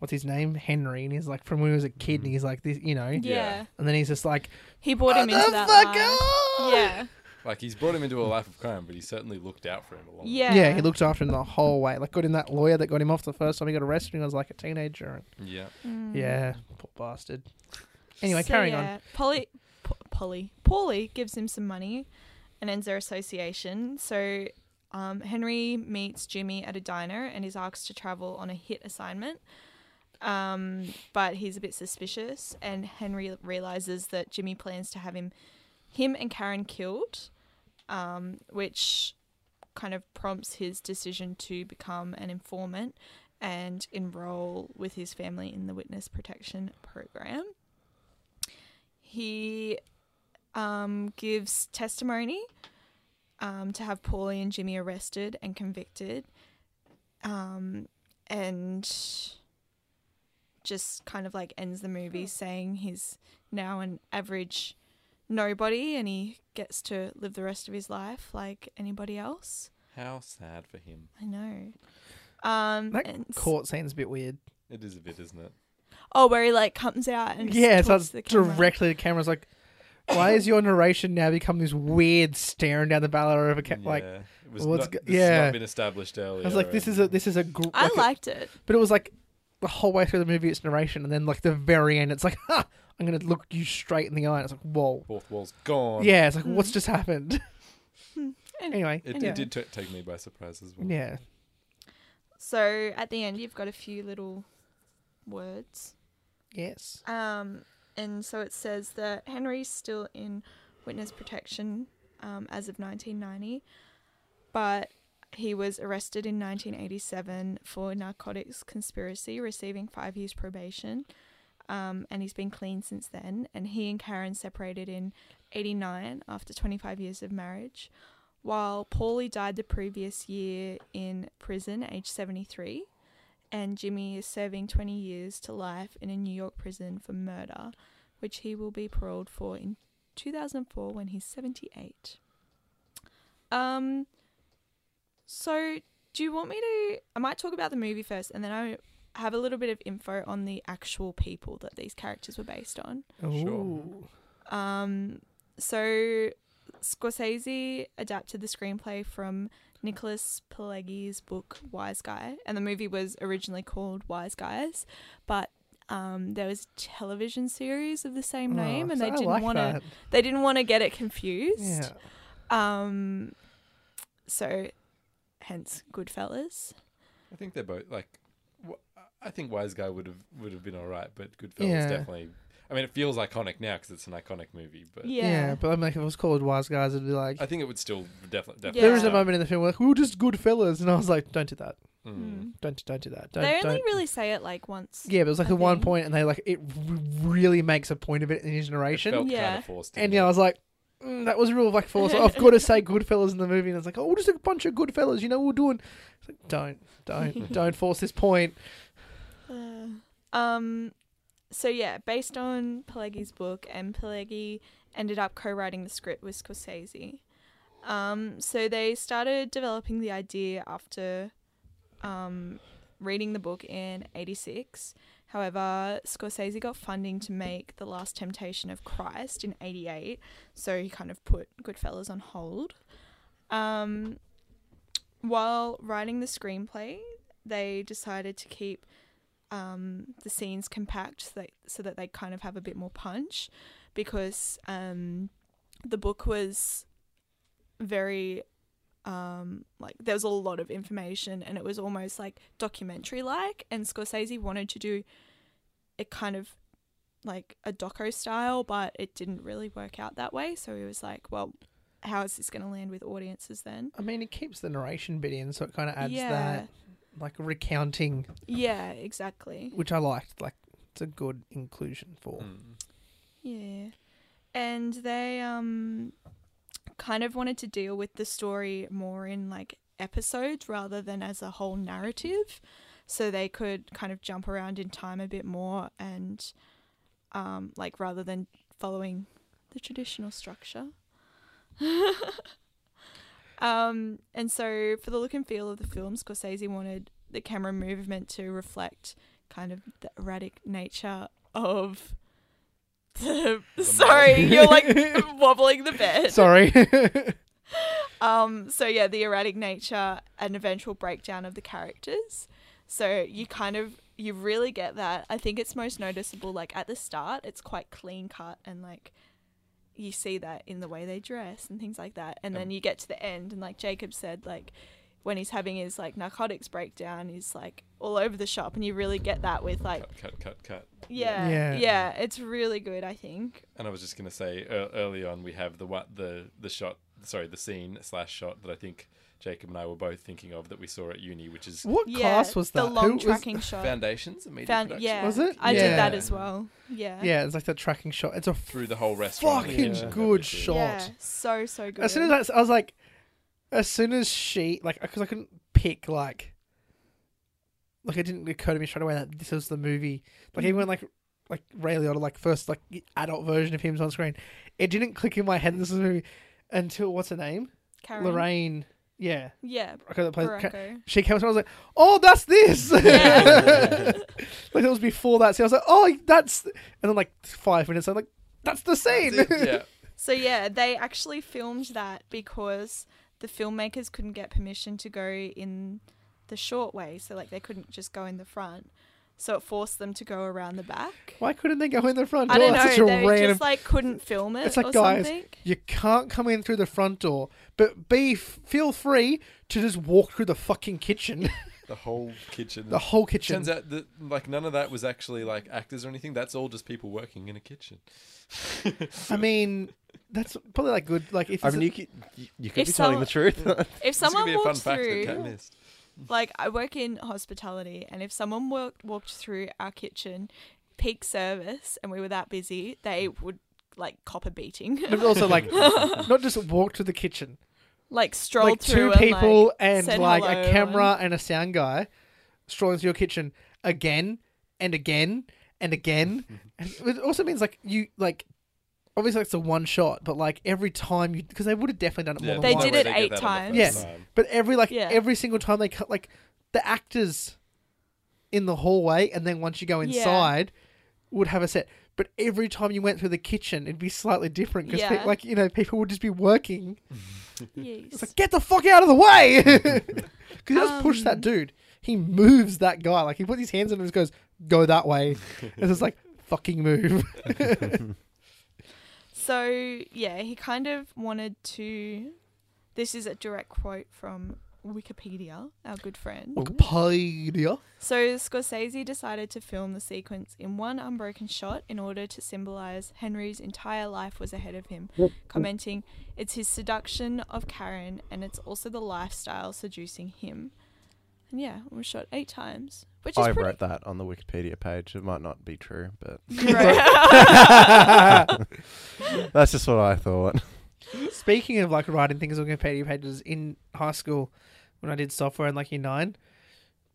Speaker 1: what's his name Henry, and he's like from when he was a kid, and he's like this, you know,
Speaker 2: Yeah.
Speaker 4: Yeah.
Speaker 1: and then he's just like,
Speaker 2: He brought him into that. line.
Speaker 1: "Motherfucker!"
Speaker 2: Yeah.
Speaker 4: Like he's brought him into a life of crime, but he certainly looked out for him a lot.
Speaker 2: Yeah.
Speaker 1: yeah, he looked after him the whole way. Like got him that lawyer that got him off the first time he got arrested when he was like a teenager.
Speaker 4: Yeah.
Speaker 1: And, Yeah, poor bastard. Anyway,
Speaker 2: Mm. So,
Speaker 1: carrying on.
Speaker 2: yeah, Polly, P- Polly, Paulie gives him some money, and ends their association. So, um, Henry meets Jimmy at a diner and is asked to travel on a hit assignment. Um, but he's a bit suspicious, and Henry realizes that Jimmy plans to have him, him and Karen killed, um, which kind of prompts his decision to become an informant and enroll with his family in the witness protection program he um, gives testimony um, to have Paulie and Jimmy arrested and convicted, um, and just kind of like ends the movie saying he's now an average nobody and he gets to live the rest of his life like anybody else.
Speaker 4: How sad for him.
Speaker 2: I know. Um,
Speaker 1: That
Speaker 2: and s-
Speaker 1: Court scene's a bit weird.
Speaker 4: It is a bit, isn't it?
Speaker 2: oh, where he like comes out and
Speaker 1: yeah,
Speaker 2: just
Speaker 1: so
Speaker 2: talks
Speaker 1: it's
Speaker 2: to the camera.
Speaker 1: directly the camera's like, why is your narration now become this weird staring down the barrel of a ca- like?
Speaker 4: yeah. it was
Speaker 1: what's
Speaker 4: not,
Speaker 1: go-
Speaker 4: this has
Speaker 1: yeah.
Speaker 4: not been established earlier.
Speaker 1: I was like, this is a this is a. Gr-
Speaker 2: I
Speaker 1: like a-
Speaker 2: liked it.
Speaker 1: but it was like the whole way through the movie, it's narration, and then like the very end, it's like, ha, I'm gonna look you straight in the eye. And it's like, whoa,
Speaker 4: fourth wall's gone.
Speaker 1: yeah, it's like what's
Speaker 2: Mm.
Speaker 1: just happened.
Speaker 2: Hmm.
Speaker 1: anyway,
Speaker 4: It,
Speaker 1: yeah.
Speaker 4: it did t- take me by surprise as well.
Speaker 1: Yeah,
Speaker 2: So at the end, you've got a few little words.
Speaker 1: yes,
Speaker 2: Um, and so it says that Henry's still in witness protection um, as of 1990, but he was arrested in 1987 for narcotics conspiracy, receiving five years probation. Um, and he's been clean since then. And he and Karen separated in 89 after 25 years of marriage, while Paulie died the previous year in prison, age 73 and Jimmy is serving 20 years to life in a New York prison for murder, which he will be paroled for in 2004 when he's 78. Um, so do you want me to? I might talk about the movie first, and then I have a little bit of info on the actual people that these characters were based on.
Speaker 1: Ooh.
Speaker 2: Um, so Scorsese adapted the screenplay from Nicholas Pileggi's book Wise Guy, and the movie was originally called Wise Guys, but um, there was a television series of the same
Speaker 1: Oh,
Speaker 2: name, and
Speaker 1: so
Speaker 2: they
Speaker 1: I
Speaker 2: didn't
Speaker 1: like
Speaker 2: want to
Speaker 1: that.
Speaker 2: they didn't want to get it
Speaker 1: Yeah,
Speaker 2: confused. Um, so hence Goodfellas.
Speaker 4: I think they're both like. w- I think Wise Guy would have would have been all right, but Goodfellas
Speaker 1: Yeah.
Speaker 4: definitely. I mean, it feels iconic now because it's an iconic movie, but
Speaker 1: yeah,
Speaker 2: Yeah.
Speaker 1: But I'm like, if it was called Wise Guys, it'd be like.
Speaker 4: I think it would still definitely. definitely
Speaker 1: There is a
Speaker 4: start.
Speaker 1: moment in the film where like, we're just good fellas, and I was like, don't do that,
Speaker 4: Mm.
Speaker 2: Mm.
Speaker 1: don't don't do that, don't.
Speaker 2: They
Speaker 1: don't.
Speaker 2: only really say it like once.
Speaker 1: Yeah, but it was like
Speaker 2: I
Speaker 1: the one
Speaker 2: think.
Speaker 1: point, and they like it r- really makes a point of it in his
Speaker 4: It
Speaker 1: narration.
Speaker 4: felt kind
Speaker 2: Yeah.
Speaker 4: of forced.
Speaker 1: and
Speaker 4: didn't
Speaker 1: yeah, I
Speaker 4: it?
Speaker 1: was like, mm, that was real like force. I've got to say good fellas in the movie, and it's like, oh, we're just a bunch of good fellas, you know, we're doing. It's like, don't, don't, don't force this point.
Speaker 2: um, so yeah, based on Pileggi's book, and Pileggi ended up co-writing the script with Scorsese. Um, so they started developing the idea after um, reading the book in '86. However, Scorsese got funding to make The Last Temptation of Christ in '88, so he kind of put Goodfellas on hold. Um, while writing the screenplay, they decided to keep um, the scenes compact so that, so that they kind of have a bit more punch because um, the book was very um, like there was a lot of information and it was almost like documentary like and Scorsese wanted to do it kind of like a doco style but it didn't really work out that way so he was like well how is this going to land with audiences then
Speaker 1: I mean, it keeps the narration bit in, so it kind of adds
Speaker 2: yeah
Speaker 1: that like recounting,
Speaker 2: yeah exactly
Speaker 1: which I liked. Like, it's a good inclusion for.
Speaker 4: Mm.
Speaker 2: Yeah. And they um kind of wanted to deal with the story more in like episodes rather than as a whole narrative so they could kind of jump around in time a bit more and um like rather than following the traditional structure. um and so for the look and feel of the film Scorsese wanted the camera movement to reflect kind of the erratic nature of the, sorry, you're like wobbling the bed.
Speaker 1: Sorry.
Speaker 2: Um, so yeah, the erratic nature and eventual breakdown of the characters. So you kind of you really get that. I think it's most noticeable like at the start. It's quite clean cut and like you see that in the way they dress and things like that. And then
Speaker 4: Um,
Speaker 2: you get to the end and like Jacob said, like when he's having his like narcotics breakdown, he's like all over the shop, and you really get that with like
Speaker 4: cut, cut, cut, cut.
Speaker 2: yeah,
Speaker 1: Yeah.
Speaker 2: yeah, it's really good. I think
Speaker 4: And I was just gonna say ear early on we have the what the the shot sorry the scene slash shot that I think Jacob and I were both thinking of that we saw at uni, which is
Speaker 1: what
Speaker 2: yeah,
Speaker 1: class was that?
Speaker 2: the
Speaker 1: Who
Speaker 2: long
Speaker 1: was-
Speaker 2: tracking shot.
Speaker 4: foundations. and Media
Speaker 2: Found,
Speaker 4: Production.
Speaker 2: yeah,
Speaker 1: Was it?
Speaker 2: I did that
Speaker 1: Yeah.
Speaker 2: as well. Yeah.
Speaker 1: Yeah, it's like that tracking shot. It's a
Speaker 4: through the whole restaurant. and
Speaker 1: fucking
Speaker 4: kitchen and
Speaker 1: good
Speaker 4: everything.
Speaker 1: shot.
Speaker 2: Yeah, so so good.
Speaker 1: As soon as I, I was like, as soon as she like because I couldn't pick like like it didn't occur to me straight away that this was the movie. Like even when like like Ray Liotta like first like adult version of him's on screen, it didn't click in my head. This was the movie until what's her name
Speaker 2: Karen.
Speaker 1: Lorraine. Yeah,
Speaker 2: Yeah.
Speaker 1: okay, that plays. Ka-
Speaker 2: Baracco.
Speaker 1: she came up to me, I was like, "Oh, that's this."
Speaker 2: Yeah.
Speaker 1: like it was before that scene. I was like, "Oh, that's," and then like five minutes, I'm like, "That's the scene."
Speaker 4: yeah.
Speaker 2: So yeah, they actually filmed that because the filmmakers couldn't get permission to go in the short way, so like they couldn't just go in the front. So it forced them to go around the back.
Speaker 1: Why couldn't they go in the front door?
Speaker 2: I don't
Speaker 1: That's
Speaker 2: know.
Speaker 1: Oh such a
Speaker 2: They
Speaker 1: random.
Speaker 2: just like couldn't film it
Speaker 1: It's like,
Speaker 2: or
Speaker 1: guys,
Speaker 2: something.
Speaker 1: You can't come in through the front door, but B, f- feel free to just walk through the fucking kitchen,
Speaker 4: The whole kitchen.
Speaker 1: the whole kitchen.
Speaker 4: Turns out that like none of that was actually like actors or anything. That's all just people working in a kitchen.
Speaker 1: I mean, that's probably like good. Like if
Speaker 3: I
Speaker 1: it's
Speaker 3: mean,
Speaker 1: a-
Speaker 3: you could, you, you could
Speaker 2: If
Speaker 3: be telling the truth.
Speaker 2: If
Speaker 4: This is gonna
Speaker 2: someone
Speaker 4: be a fun
Speaker 2: walked
Speaker 4: fact that Kat
Speaker 2: through,
Speaker 4: missed.
Speaker 2: like I work in hospitality, and if someone walked walked through our kitchen, peak service, and we were that busy, they would like cop a beating,
Speaker 1: but also like not just walk through the kitchen,
Speaker 2: like stroll
Speaker 1: like two
Speaker 2: through and,
Speaker 1: people
Speaker 2: like,
Speaker 1: and
Speaker 2: said
Speaker 1: like
Speaker 2: hello
Speaker 1: a camera and a sound guy strolling through your kitchen again and again and again. and it also means like you like. Obviously, it's a one shot, but like every time you, because they would have definitely done it more
Speaker 4: Yeah,
Speaker 1: than
Speaker 2: They
Speaker 1: once.
Speaker 2: did
Speaker 4: no way
Speaker 2: it
Speaker 4: get
Speaker 2: eight
Speaker 4: that on the
Speaker 1: times.
Speaker 4: first
Speaker 1: Yes.
Speaker 4: time.
Speaker 1: But every like
Speaker 2: Yeah.
Speaker 1: every single time they cut like the actors in the hallway and then once you go
Speaker 2: Yeah.
Speaker 1: inside would have a set. But every time you went through the kitchen, it'd be slightly different because
Speaker 2: Yeah.
Speaker 1: like you know people would just be working.
Speaker 2: Yes.
Speaker 1: It's like get the fuck out of the way because he just pushed
Speaker 2: Um.
Speaker 1: that dude. He moves that guy like he puts his hands on him and just goes go that way. it's just like fucking move.
Speaker 2: So yeah, he kind of wanted to. This is a direct quote from Wikipedia, our good friend.
Speaker 1: Oh. Wikipedia.
Speaker 2: So Scorsese decided to film the sequence in one unbroken shot in order to symbolize Henry's entire life was ahead of him, commenting, "It's his seduction of Karen, and it's also the lifestyle seducing him." And yeah, it was shot eight times, which is
Speaker 3: I
Speaker 2: pretty.
Speaker 3: wrote that on the Wikipedia page. It might not be true, but
Speaker 2: You wrote-
Speaker 3: that's just what I thought.
Speaker 1: Speaking of like writing things on Wikipedia pages in high school, when I did software in like year nine,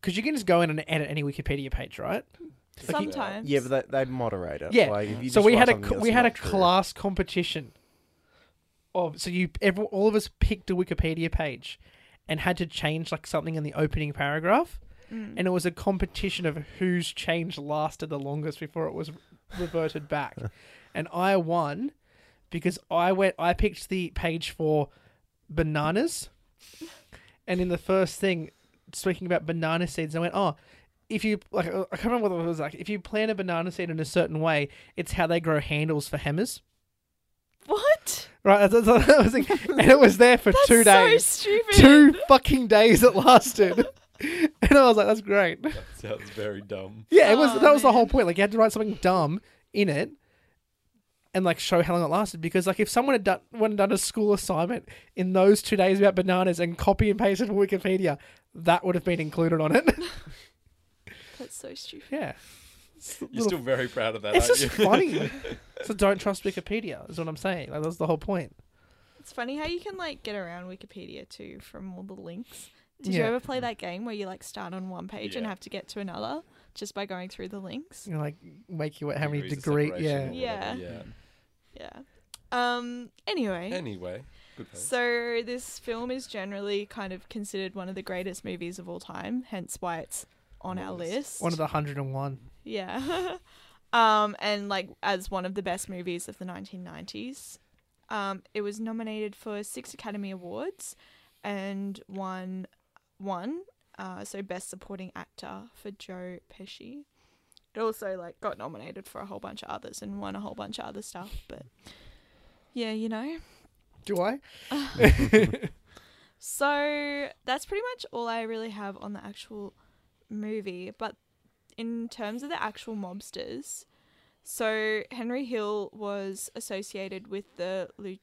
Speaker 1: because you can just go in and edit any Wikipedia page, right?
Speaker 2: Sometimes.
Speaker 3: Yeah, but they, they moderate it.
Speaker 1: Yeah.
Speaker 3: Like, if you
Speaker 1: so
Speaker 3: just
Speaker 1: we
Speaker 3: write
Speaker 1: had a
Speaker 3: something
Speaker 1: cl-
Speaker 3: that's
Speaker 1: we had a
Speaker 3: not true-
Speaker 1: class competition. Of so you every, all of us picked a Wikipedia page, and had to change like something in the opening paragraph,
Speaker 2: Mm.
Speaker 1: and it was a competition of whose change lasted the longest before it was reverted back, and I won, because I went I picked the page for bananas. And in the first thing, speaking about banana seeds, I went, oh, if you like, I can't remember what it was like. If you plant a banana seed in a certain way, it's how they grow handles for hammers.
Speaker 2: What?
Speaker 1: Right, that's, that's what I was thinking. and it was there for
Speaker 2: That's
Speaker 1: two
Speaker 2: so
Speaker 1: days,
Speaker 2: stupid.
Speaker 1: two fucking days it lasted, and I was like, that's great.
Speaker 4: That sounds very dumb.
Speaker 1: Yeah, it was.
Speaker 2: Aw,
Speaker 1: that was the whole
Speaker 2: Oh, man.
Speaker 1: point. Like you had to write something dumb in it, and like show how long it lasted. Because like if someone had done, went and done a school assignment in those two days about bananas and copy and pasted from Wikipedia, that would have been included on it.
Speaker 2: That's so stupid.
Speaker 1: yeah, it's, a
Speaker 4: You're
Speaker 1: little-
Speaker 4: still very proud of that,
Speaker 1: it's
Speaker 4: aren't
Speaker 1: just
Speaker 4: you?
Speaker 1: funny. So don't trust Wikipedia. Is what I'm saying. Like that's the whole point.
Speaker 2: It's funny how you can like get around Wikipedia too from all the links. Did you
Speaker 1: Yeah.
Speaker 2: ever play that game where you like start on one page and
Speaker 4: Yeah.
Speaker 2: have to get to another just by going through the links?
Speaker 1: You know, like make you how many
Speaker 4: Degrees of
Speaker 1: degree?
Speaker 4: separation
Speaker 1: Yeah.
Speaker 4: or
Speaker 2: Yeah.
Speaker 4: whatever,
Speaker 2: Yeah. Um anyway,
Speaker 4: yeah. Anyway, good point.
Speaker 2: so this film is generally kind of considered one of the greatest movies of all time, hence why it's on our list.
Speaker 1: One of the hundred and one.
Speaker 2: Yeah. um, and like as one of the best movies of the 1990s. Um, it was nominated for six Academy Awards and won one, uh, so Best Supporting Actor for Joe Pesci. It also like got nominated for a whole bunch of others and won a whole bunch of other stuff, but yeah, you know.
Speaker 1: Do I?
Speaker 2: So that's pretty much all I really have on the actual movie. But in terms of the actual mobsters, so Henry Hill was associated with the Lu-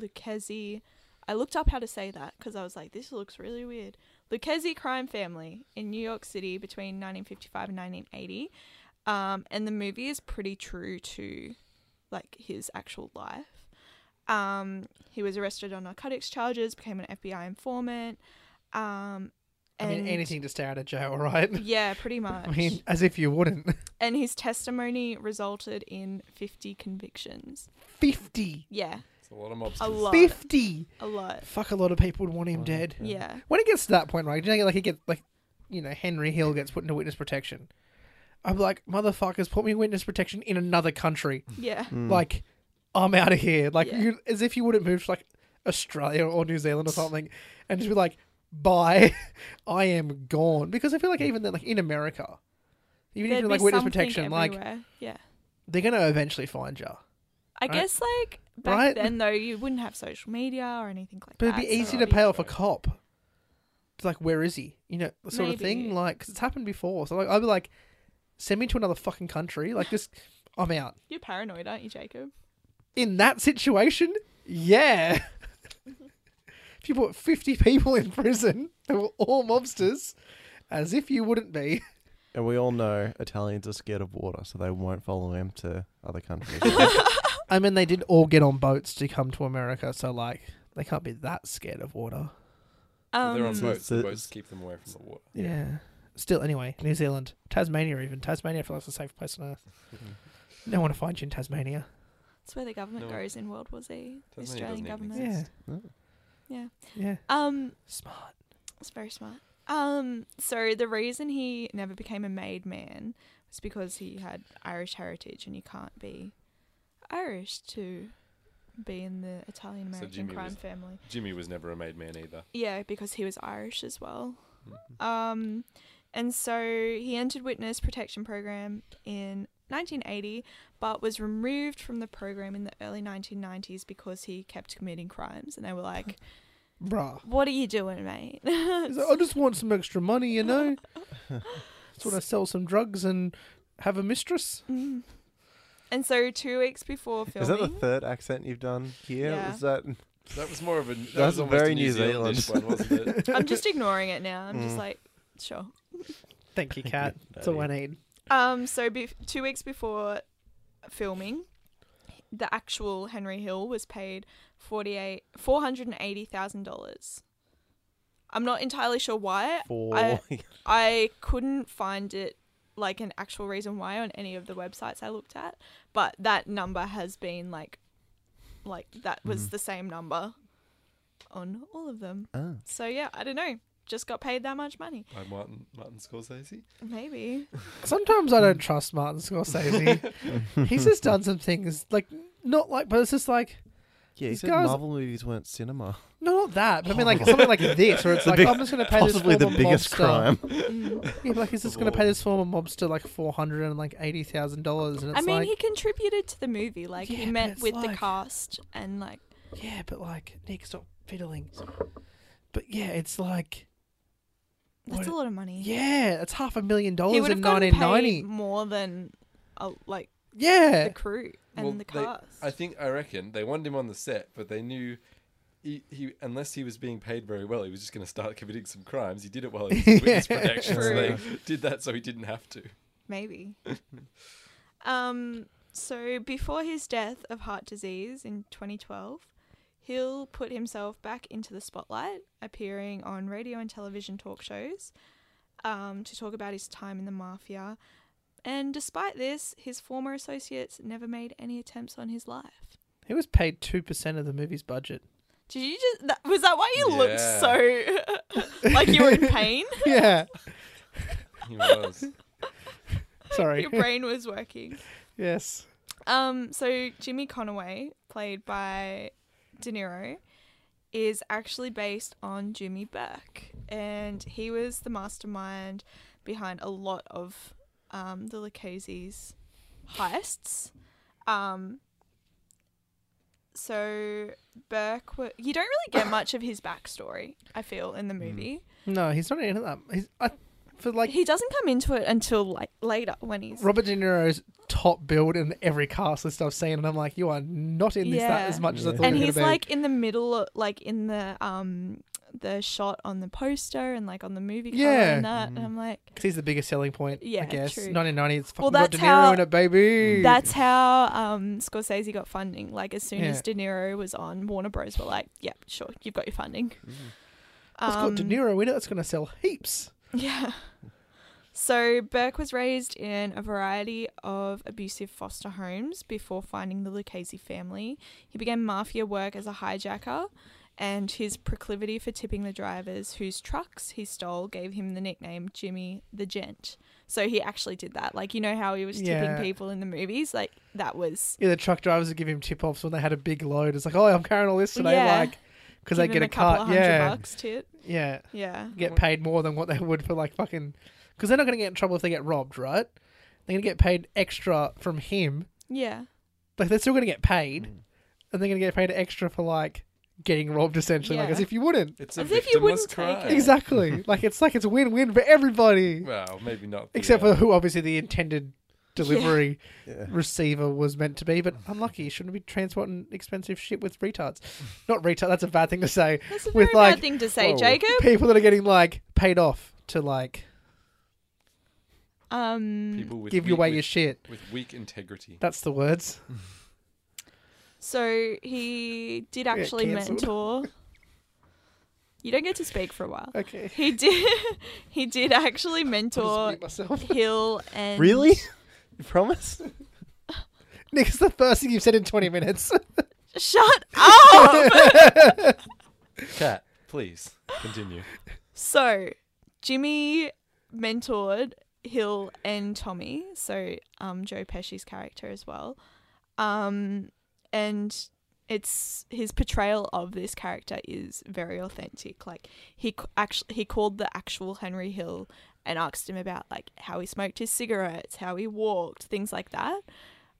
Speaker 2: Lucchese. I looked up how to say that because I was like, this looks really weird. Lucchese crime family in New York City between 1955 and 1980. Um, and the movie is pretty true to like his actual life. Um, he was arrested on narcotics charges, became an FBI informant. Um,
Speaker 1: I
Speaker 2: and
Speaker 1: mean, anything to stay out of jail, right?
Speaker 2: Yeah, pretty much.
Speaker 1: I mean, as if you wouldn't.
Speaker 2: and his testimony resulted in 50 convictions.
Speaker 1: 50.
Speaker 2: Yeah,
Speaker 4: It's a lot of mobsters.
Speaker 2: a lot.
Speaker 1: 50.
Speaker 2: A lot.
Speaker 1: Fuck, a lot of people would want him
Speaker 3: Wow.
Speaker 1: dead.
Speaker 3: Yeah.
Speaker 2: Yeah.
Speaker 1: When it gets to that point, right? Do you know, like, he gets, like, you know, Henry Hill gets put into witness protection. I'm like, motherfuckers, put me in witness protection in another country.
Speaker 2: Yeah.
Speaker 1: Like, I'm out of here. Like,
Speaker 2: Yeah.
Speaker 1: you, as if you wouldn't move to, like, Australia or New Zealand or something and just be like, bye, I am gone. Because I feel like even then, like, in America, even if
Speaker 2: There'd
Speaker 1: you're, like,
Speaker 2: be
Speaker 1: witness
Speaker 2: something
Speaker 1: protection, like,
Speaker 2: everywhere. yeah.
Speaker 1: they're going to eventually find you.
Speaker 2: I
Speaker 1: Right.
Speaker 2: guess like back
Speaker 1: Right?
Speaker 2: then though, you wouldn't have social media or anything like
Speaker 1: But
Speaker 2: that.
Speaker 1: it'd be
Speaker 2: so
Speaker 1: easy to
Speaker 4: it'd be
Speaker 1: pay off a
Speaker 4: true.
Speaker 1: cop. It's like, where is he? You know, the sort of thing.
Speaker 2: Maybe.
Speaker 1: Like, because it's happened before. So, like, I'd be like, send me to another fucking country. Like, just, I'm out.
Speaker 2: You're paranoid, aren't you, Jacob?
Speaker 1: In that situation, yeah. if you put 50 people in prison that were all mobsters, as if you wouldn't be.
Speaker 3: And we all know Italians are scared of water, so they won't follow him to other countries.
Speaker 1: I mean, they did all get on boats to come to America. So, like, they can't be that scared of water.
Speaker 4: Well, They're on
Speaker 2: Um,
Speaker 4: boats. The
Speaker 3: So-
Speaker 4: boats keep them away from the water.
Speaker 1: Yeah. Still, anyway, New Zealand, Tasmania, even. Tasmania, I feel like, is a safe place on earth. No one to find you in Tasmania.
Speaker 2: That's where the government
Speaker 4: No.
Speaker 2: goes in World War Z. The
Speaker 4: Tasmania
Speaker 2: Australian
Speaker 4: doesn't even
Speaker 2: government.
Speaker 1: Yeah.
Speaker 4: exist.
Speaker 2: Yeah.
Speaker 1: Yeah.
Speaker 2: Um,
Speaker 1: Smart.
Speaker 2: it's very smart. Um, so the reason he never became a made man was because he had Irish heritage, and you can't be Irish to be in the Italian American
Speaker 4: Jimmy
Speaker 2: crime
Speaker 4: was-
Speaker 2: family.
Speaker 4: Jimmy was never a made man either.
Speaker 2: Yeah, because he was Irish as well.
Speaker 4: Mhm.
Speaker 2: Um, and so he entered witness protection program in 1980, but was removed from the program in the early 1990s because he kept committing crimes. And they were like,
Speaker 1: Bruh.
Speaker 2: "What are you doing, mate?"
Speaker 1: He's like, I just want some extra money, you know? Just want to sell some drugs and have a mistress.
Speaker 2: Mm. and so two weeks before
Speaker 3: Is that the
Speaker 2: filming,
Speaker 3: third accent you've done here?
Speaker 2: Yeah.
Speaker 3: Is that
Speaker 4: That was more of a that
Speaker 3: That's
Speaker 4: was almost
Speaker 3: very
Speaker 4: a New
Speaker 3: New
Speaker 4: Zealandish
Speaker 3: Zealand.
Speaker 4: one, wasn't it?
Speaker 2: I'm just ignoring it now. I'm just
Speaker 3: Mm.
Speaker 2: like, sure.
Speaker 1: Thank you, Kat. That's all I need.
Speaker 2: Um, so be- two weeks before filming, the actual Henry Hill was paid forty eight four hundred and eighty thousand dollars. I'm not entirely sure why.
Speaker 3: four?
Speaker 2: I- I couldn't find it like an actual reason why on any of the websites I looked at, but that number has been like, like that was
Speaker 3: Mhm.
Speaker 2: the same number on all of them.
Speaker 3: oh.
Speaker 2: So yeah, I don't know. Just got paid that much money,
Speaker 4: By Martin Martin Scorsese.
Speaker 2: maybe.
Speaker 1: Sometimes I don't trust Martin Scorsese. He's just done some things, like, not like, but it's just like,
Speaker 3: Yeah, he
Speaker 1: These
Speaker 3: said
Speaker 1: guys-
Speaker 3: Marvel movies weren't cinema.
Speaker 1: no, not that. But I mean, like, something like this, where it's
Speaker 3: The
Speaker 1: like,
Speaker 3: big-
Speaker 1: I'm just going to pay this
Speaker 3: Possibly
Speaker 1: former
Speaker 3: the biggest
Speaker 1: mobster.
Speaker 3: crime.
Speaker 2: Mm.
Speaker 1: Yeah, but, like, he's just going to pay this former mobster, like, $480,000. And it's
Speaker 2: I mean,
Speaker 1: like,
Speaker 2: he contributed to the movie. Like
Speaker 1: Yeah,
Speaker 2: he
Speaker 1: but
Speaker 2: met
Speaker 1: it's
Speaker 2: with the
Speaker 1: like-
Speaker 2: cast and like
Speaker 1: yeah, but like, Nick, stop fiddling. But yeah, it's like, What-
Speaker 2: that's a lot of money.
Speaker 1: yeah, it's half a million dollars
Speaker 2: he
Speaker 1: in
Speaker 2: would have gotten
Speaker 1: 1990.
Speaker 2: paid more than uh, like
Speaker 1: Yeah.
Speaker 2: the crew and
Speaker 4: Well,
Speaker 2: the
Speaker 4: they-
Speaker 2: cast.
Speaker 4: I think I reckon they wanted him on the set, but they knew he, he unless he was being paid very well, he was just going to start committing some crimes. He did it while he was in witness
Speaker 1: Yeah.
Speaker 4: protection, so
Speaker 2: True.
Speaker 4: they did that so he didn't have to.
Speaker 2: Maybe. um. So before his death of heart disease in 2012, Hill put himself back into the spotlight, appearing on radio and television talk shows um, to talk about his time in the mafia. And despite this, his former associates never made any attempts on his life.
Speaker 1: He was paid two percent of the movie's budget.
Speaker 2: Did you just? That, was that why you looked
Speaker 4: Yeah.
Speaker 2: so like you were in pain?
Speaker 1: yeah.
Speaker 4: He was.
Speaker 1: Sorry.
Speaker 2: Your brain was working.
Speaker 1: yes.
Speaker 2: Um, so Jimmy Conaway, played by De Niro, is actually based on Jimmy Burke, and he was the mastermind behind a lot of um, the Lacaze's heists. Um, so Burke, wa you don't really get much of his backstory. I feel in the movie,
Speaker 1: No, he's not into that. He's I, for
Speaker 2: like
Speaker 1: like
Speaker 2: he doesn't come into it until like later when he's
Speaker 1: Robert De Niro's top build in every cast list I've seen, and I'm like, you are not in this that
Speaker 2: Yeah.
Speaker 1: as much as I
Speaker 3: Yeah.
Speaker 1: thought.
Speaker 2: and
Speaker 1: you were
Speaker 2: he's
Speaker 1: gonna be.
Speaker 2: like in the middle like in the um the shot on the poster and like on the movie cover
Speaker 1: Yeah.
Speaker 2: and that. And I'm like,
Speaker 1: Because he's the biggest selling point, I
Speaker 2: Yeah,
Speaker 1: guess.
Speaker 2: true.
Speaker 1: 1990, it's fucking
Speaker 2: Well,
Speaker 1: got De
Speaker 2: that's
Speaker 1: Niro
Speaker 2: how-
Speaker 1: in it, baby.
Speaker 2: that's how um, Scorsese got funding. Like as soon
Speaker 1: Yeah.
Speaker 2: as De Niro was on, Warner Bros were like, "Yep, sure, you've got your funding."
Speaker 1: It's got Mm.
Speaker 2: um,
Speaker 1: De Niro in it. It's going to sell heaps.
Speaker 2: Yeah. So Burke was raised in a variety of abusive foster homes before finding the Lucchese family. He began mafia work as a hijacker, and his proclivity for tipping the drivers whose trucks he stole gave him the nickname Jimmy the Gent. So he actually did that. Like you know how he was tipping
Speaker 1: Yeah.
Speaker 2: people in the movies, like that was
Speaker 1: Yeah, the truck drivers would give him tip offs when they had a big load. It's like, oh, I'm carrying all this today.
Speaker 2: Yeah.
Speaker 1: Like, because they
Speaker 2: give
Speaker 1: get
Speaker 2: him
Speaker 1: a,
Speaker 2: couple
Speaker 1: cut.
Speaker 2: of hundred
Speaker 1: Yeah.
Speaker 2: bucks tip.
Speaker 1: Yeah.
Speaker 2: Yeah.
Speaker 1: Get paid more than what they would for, like, fucking. Because they're not going to get in trouble if they get robbed, right? They're going to get paid extra from him.
Speaker 2: Yeah.
Speaker 1: Like, they're still going to get paid. And they're going to get paid extra for, like, getting robbed, essentially. Like,
Speaker 2: Yeah.
Speaker 1: as if you wouldn't.
Speaker 4: It's a
Speaker 2: As if
Speaker 4: victimless
Speaker 2: you wouldn't take
Speaker 4: crime.
Speaker 2: it.
Speaker 1: Exactly. like, it's like it's win win for everybody.
Speaker 4: Well, maybe not. the,
Speaker 1: Except
Speaker 4: uh,
Speaker 1: for who obviously the intended delivery
Speaker 3: Yeah.
Speaker 1: receiver was meant to be, but unlucky. You shouldn't be transporting expensive shit with retards. Not retard. That's a bad thing to say.
Speaker 2: That's a very
Speaker 1: With, like-
Speaker 2: bad thing to say,
Speaker 4: Whoa.
Speaker 2: Jacob.
Speaker 1: People that are getting like paid off to like
Speaker 2: Um
Speaker 4: people with
Speaker 1: give
Speaker 4: weak-
Speaker 1: you away
Speaker 4: with,
Speaker 1: your shit.
Speaker 4: with weak integrity.
Speaker 1: That's the words.
Speaker 2: So he did actually
Speaker 1: cancelled.
Speaker 2: mentor. You don't get to speak for a while.
Speaker 1: Okay.
Speaker 2: He did. he did actually
Speaker 1: I'll
Speaker 2: mentor
Speaker 1: just mute myself.
Speaker 2: Hill and
Speaker 3: Really? You promise?
Speaker 1: Nick, it's the first thing you've said in 20 minutes.
Speaker 2: Shut up.
Speaker 4: Cat, please continue.
Speaker 2: so Jimmy mentored Hill and Tommy. So um, Joe Pesci's character as well. Um, and it's his portrayal of this character is very authentic. Like he actually he called the actual Henry Hill and asked him about like how he smoked his cigarettes, how he walked, things like that.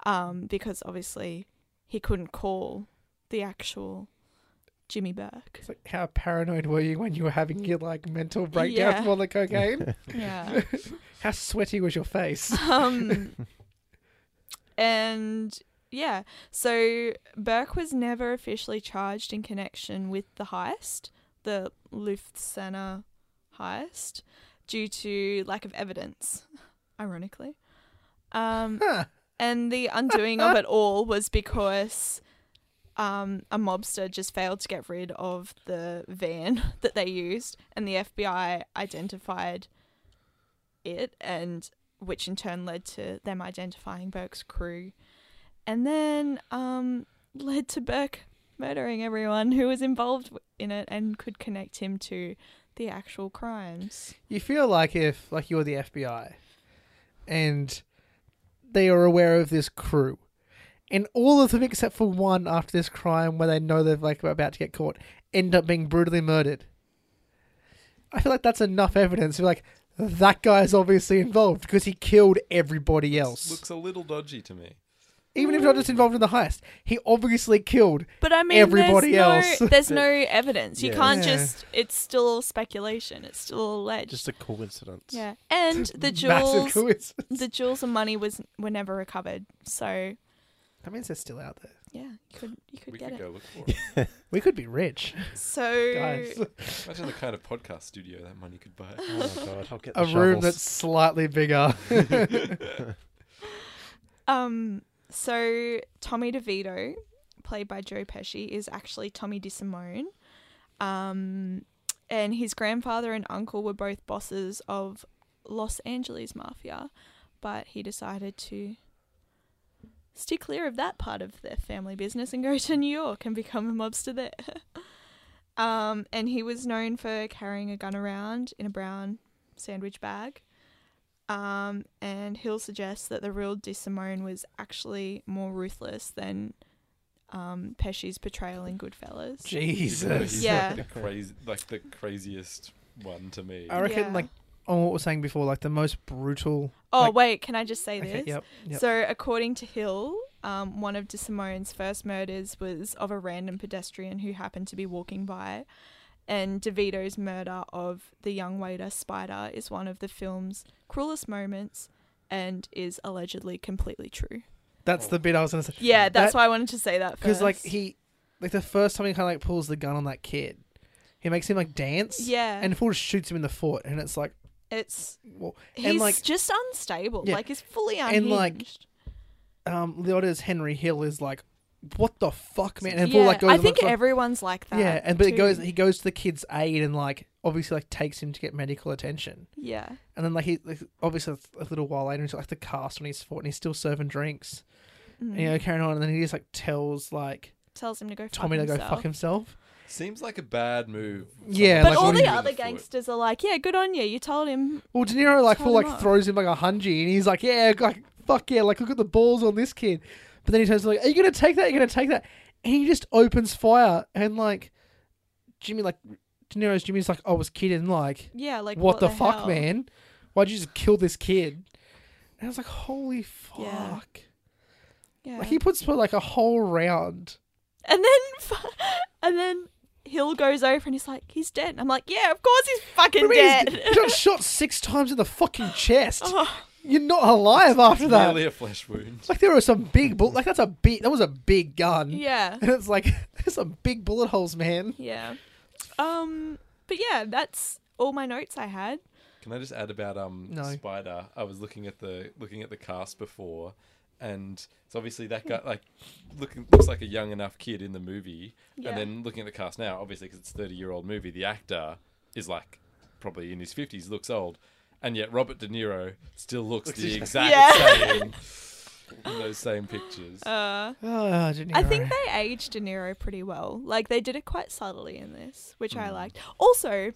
Speaker 2: Um, because obviously he couldn't call the actual Jimmy Burke.
Speaker 1: It's like, how paranoid were you when you were having your like mental breakdown
Speaker 2: Yeah.
Speaker 1: from all the cocaine?
Speaker 2: Yeah.
Speaker 1: how sweaty was your face?
Speaker 2: um, and yeah, so Burke was never officially charged in connection with the heist, the Lufthansa heist, due to lack of evidence, ironically. Um,
Speaker 1: Huh.
Speaker 2: and the undoing of it all was because um, a mobster just failed to get rid of the van that they used, and the FBI identified it, and which in turn led to them identifying Burke's crew, and then um, led to Burke murdering everyone who was involved w- in it and could connect him to the actual crimes.
Speaker 1: You feel like if like you're the FBI and they are aware of this crew. And all of them except for one after this crime where they know they're like about to get caught end up being brutally murdered. I feel like that's enough evidence. You're like, that guy's obviously involved because he killed everybody else.
Speaker 4: Looks a little dodgy to me.
Speaker 1: Even if not just involved in the heist, he obviously killed.
Speaker 2: But I mean,
Speaker 1: Everybody else.
Speaker 2: there's no there's no evidence. You
Speaker 3: Yeah.
Speaker 2: can't
Speaker 1: Yeah.
Speaker 2: just. It's still all speculation. It's still all alleged.
Speaker 3: Just a coincidence.
Speaker 2: yeah, and the
Speaker 1: Massive
Speaker 2: jewels,
Speaker 1: coincidence.
Speaker 2: the jewels and money was were never recovered. So
Speaker 1: That means they're still out there.
Speaker 2: yeah, you could you could
Speaker 4: we
Speaker 2: get
Speaker 4: could
Speaker 2: it.
Speaker 4: go look for it.
Speaker 1: We could be rich,
Speaker 2: So
Speaker 1: guys.
Speaker 4: Imagine the kind of podcast studio that money could buy.
Speaker 3: Oh my god, I'll get the
Speaker 1: A room
Speaker 3: shovels.
Speaker 1: that's slightly bigger.
Speaker 2: Um, so Tommy DeVito, played by Joe Pesci, is actually Tommy DeSimone. Um, and his grandfather and uncle were both bosses of Los Angeles Mafia, but he decided to stay clear of that part of their family business and go to New York and become a mobster there. um, and he was known for carrying a gun around in a brown sandwich bag. Um, and Hill suggests that the real DeSimone was actually more ruthless than um, Pesci's portrayal in Goodfellas.
Speaker 4: Even though
Speaker 1: Jesus.
Speaker 4: he's
Speaker 2: Yeah.
Speaker 4: Like the, crazy, like the craziest one to me.
Speaker 1: I reckon,
Speaker 2: Yeah.
Speaker 1: like, on Oh, what we are saying before, like the most brutal.
Speaker 2: oh,
Speaker 1: like-
Speaker 2: wait, can I just say this?
Speaker 1: Okay, yep, yep.
Speaker 2: So, according to Hill, um, one of DeSimone's first murders was of a random pedestrian who happened to be walking by, and DeVito's murder of the young waiter Spider is one of the film's cruelest moments and is allegedly completely true.
Speaker 1: That's the bit I was gonna say.
Speaker 2: Yeah, that's
Speaker 1: That-
Speaker 2: why I wanted to say that first.
Speaker 1: Because like he, like the first time he kind of like pulls the gun on that kid, He makes him like dance.
Speaker 2: Yeah.
Speaker 1: And Paul just shoots him in the foot, and it's like,
Speaker 2: it's
Speaker 1: well,
Speaker 2: he's
Speaker 1: like-
Speaker 2: just unstable.
Speaker 1: Yeah.
Speaker 2: Like he's fully unhinged.
Speaker 1: And, like, um, Leota's Henry Hill is like, what the fuck, man? And
Speaker 2: yeah,
Speaker 1: Paul like goes,
Speaker 2: I
Speaker 1: and
Speaker 2: think
Speaker 1: looks for-
Speaker 2: everyone's like that.
Speaker 1: yeah, and but it
Speaker 2: too.
Speaker 1: goes, he goes to the kid's aid and like obviously like takes him to get medical attention,
Speaker 2: Yeah.
Speaker 1: and then like he like, obviously a little while later he's got, like the cast on his foot, and he's still serving drinks,
Speaker 2: Mm.
Speaker 1: you know, carrying on, and then he just like tells like
Speaker 2: Tells him to go.
Speaker 1: Tommy
Speaker 2: fuck
Speaker 1: to go
Speaker 2: himself.
Speaker 1: fuck himself.
Speaker 4: Seems like a bad move.
Speaker 1: Yeah,
Speaker 2: But
Speaker 1: like,
Speaker 2: all
Speaker 1: what do
Speaker 2: the
Speaker 1: you
Speaker 2: other gangsters are like, "Yeah, good on you. You told him."
Speaker 1: Well, De Niro like
Speaker 2: Tie
Speaker 1: full
Speaker 2: him
Speaker 1: like
Speaker 2: up.
Speaker 1: throws him like a hunji, and he's like, "Yeah, like fuck yeah, like look at the balls on this kid." But then he turns to like, "Are you gonna take that? Are you gonna take that?" And he just opens fire, and like Jimmy, like De Niro's Jimmy's like, "I was kidding, like,
Speaker 2: Yeah, like
Speaker 1: what, the, fuck,
Speaker 2: hell?
Speaker 1: man? Why'd you just kill this kid?" And I was like, "Holy fuck!"
Speaker 2: Yeah. Yeah.
Speaker 1: Like he puts for like a whole round.
Speaker 2: and then, and then Hill goes over and he's like, "He's dead." I'm like, "Yeah, of course he's fucking
Speaker 1: What do you mean he's-
Speaker 2: dead."
Speaker 1: He got shot six times in the fucking chest.
Speaker 2: Oh,
Speaker 1: You're not alive after
Speaker 4: It's
Speaker 1: that.
Speaker 4: merely a flesh wound.
Speaker 1: Like there were some big, bull- like that's a big. That was a big gun.
Speaker 2: yeah,
Speaker 1: And it's like, there's some big bullet holes, man.
Speaker 2: yeah. Um, but yeah, that's all my notes I had.
Speaker 4: Can I just add about um
Speaker 1: No.
Speaker 4: Spider? I was looking at the looking at the cast before, and so obviously that guy like looking looks like a young enough kid in the movie,
Speaker 2: Yeah.
Speaker 4: and then looking at the cast now, obviously because it's thirty year old movie, the actor is like probably in his fifties, looks old, and yet Robert De Niro still looks the exact same in those same pictures.
Speaker 2: Uh,
Speaker 1: Oh, De
Speaker 2: I think
Speaker 1: Niro.
Speaker 2: they aged De Niro pretty well. Like they did it quite subtly in this, which
Speaker 1: Hmm.
Speaker 2: I liked. Also,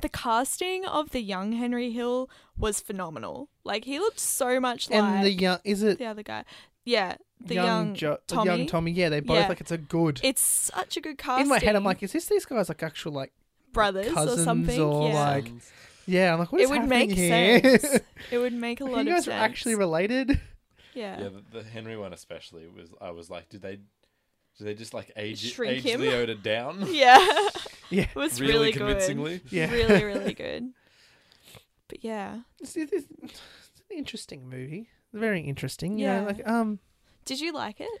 Speaker 2: the casting of the young Henry Hill was phenomenal. Like he looked so much
Speaker 1: and
Speaker 2: like
Speaker 1: the young is it
Speaker 2: the other guy. Yeah, the
Speaker 1: young,
Speaker 2: young,
Speaker 1: jo- the
Speaker 2: Tommy.
Speaker 1: young Tommy? Yeah, they both
Speaker 2: Yeah.
Speaker 1: like it's a good.
Speaker 2: It's such a good casting.
Speaker 1: in my head, I'm like, is this these guys like actual like?
Speaker 2: brothers
Speaker 1: cousins
Speaker 2: or something.
Speaker 1: or,
Speaker 2: yeah,
Speaker 1: like, Yeah, I'm like, what is
Speaker 2: it would
Speaker 1: happening
Speaker 2: make
Speaker 1: here?
Speaker 2: sense. It would make a
Speaker 1: Are
Speaker 2: lot
Speaker 1: you
Speaker 2: of
Speaker 1: guys
Speaker 2: sense.
Speaker 1: actually related?
Speaker 2: yeah.
Speaker 4: yeah, the, the Henry one especially was. I was like, did they, did they just like age
Speaker 2: Shrink
Speaker 4: age
Speaker 2: him?
Speaker 4: Leota down
Speaker 2: Yeah.
Speaker 1: Yeah.
Speaker 2: it was
Speaker 4: really,
Speaker 2: really,
Speaker 4: convincingly?
Speaker 2: good.
Speaker 1: Yeah.
Speaker 2: Really, really good. But yeah.
Speaker 1: It's, it's, it's an interesting movie. Very interesting. Yeah.
Speaker 2: Yeah.
Speaker 1: like um,
Speaker 2: Did you like it?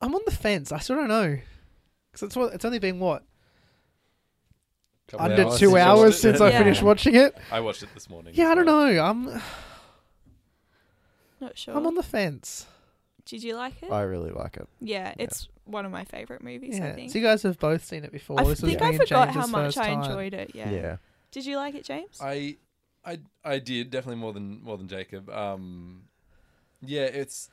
Speaker 1: I'm on the fence. I still don't know. Cause it's what it's only been what
Speaker 4: Couple
Speaker 1: under
Speaker 3: hours since
Speaker 1: two
Speaker 4: you watched
Speaker 1: hours
Speaker 4: it?
Speaker 1: since I
Speaker 2: Yeah.
Speaker 1: finished watching it.
Speaker 4: I watched it this morning.
Speaker 1: Yeah, I
Speaker 4: as
Speaker 1: don't
Speaker 4: well.
Speaker 1: know. I'm
Speaker 2: Not sure.
Speaker 1: I'm on the fence.
Speaker 2: Did you like it?
Speaker 3: I really like it.
Speaker 2: yeah, it's one of my favorite movies. I
Speaker 1: Yeah.
Speaker 2: think.
Speaker 1: So you guys have both seen it before.
Speaker 2: I
Speaker 1: This was
Speaker 2: think I
Speaker 1: me and
Speaker 2: forgot how
Speaker 1: James's
Speaker 2: much
Speaker 1: first
Speaker 2: I
Speaker 1: time.
Speaker 2: enjoyed it. Yeah.
Speaker 3: Yeah.
Speaker 2: Did you like it, James?
Speaker 4: I, I, I did definitely more than more than Jacob. Um, yeah, it's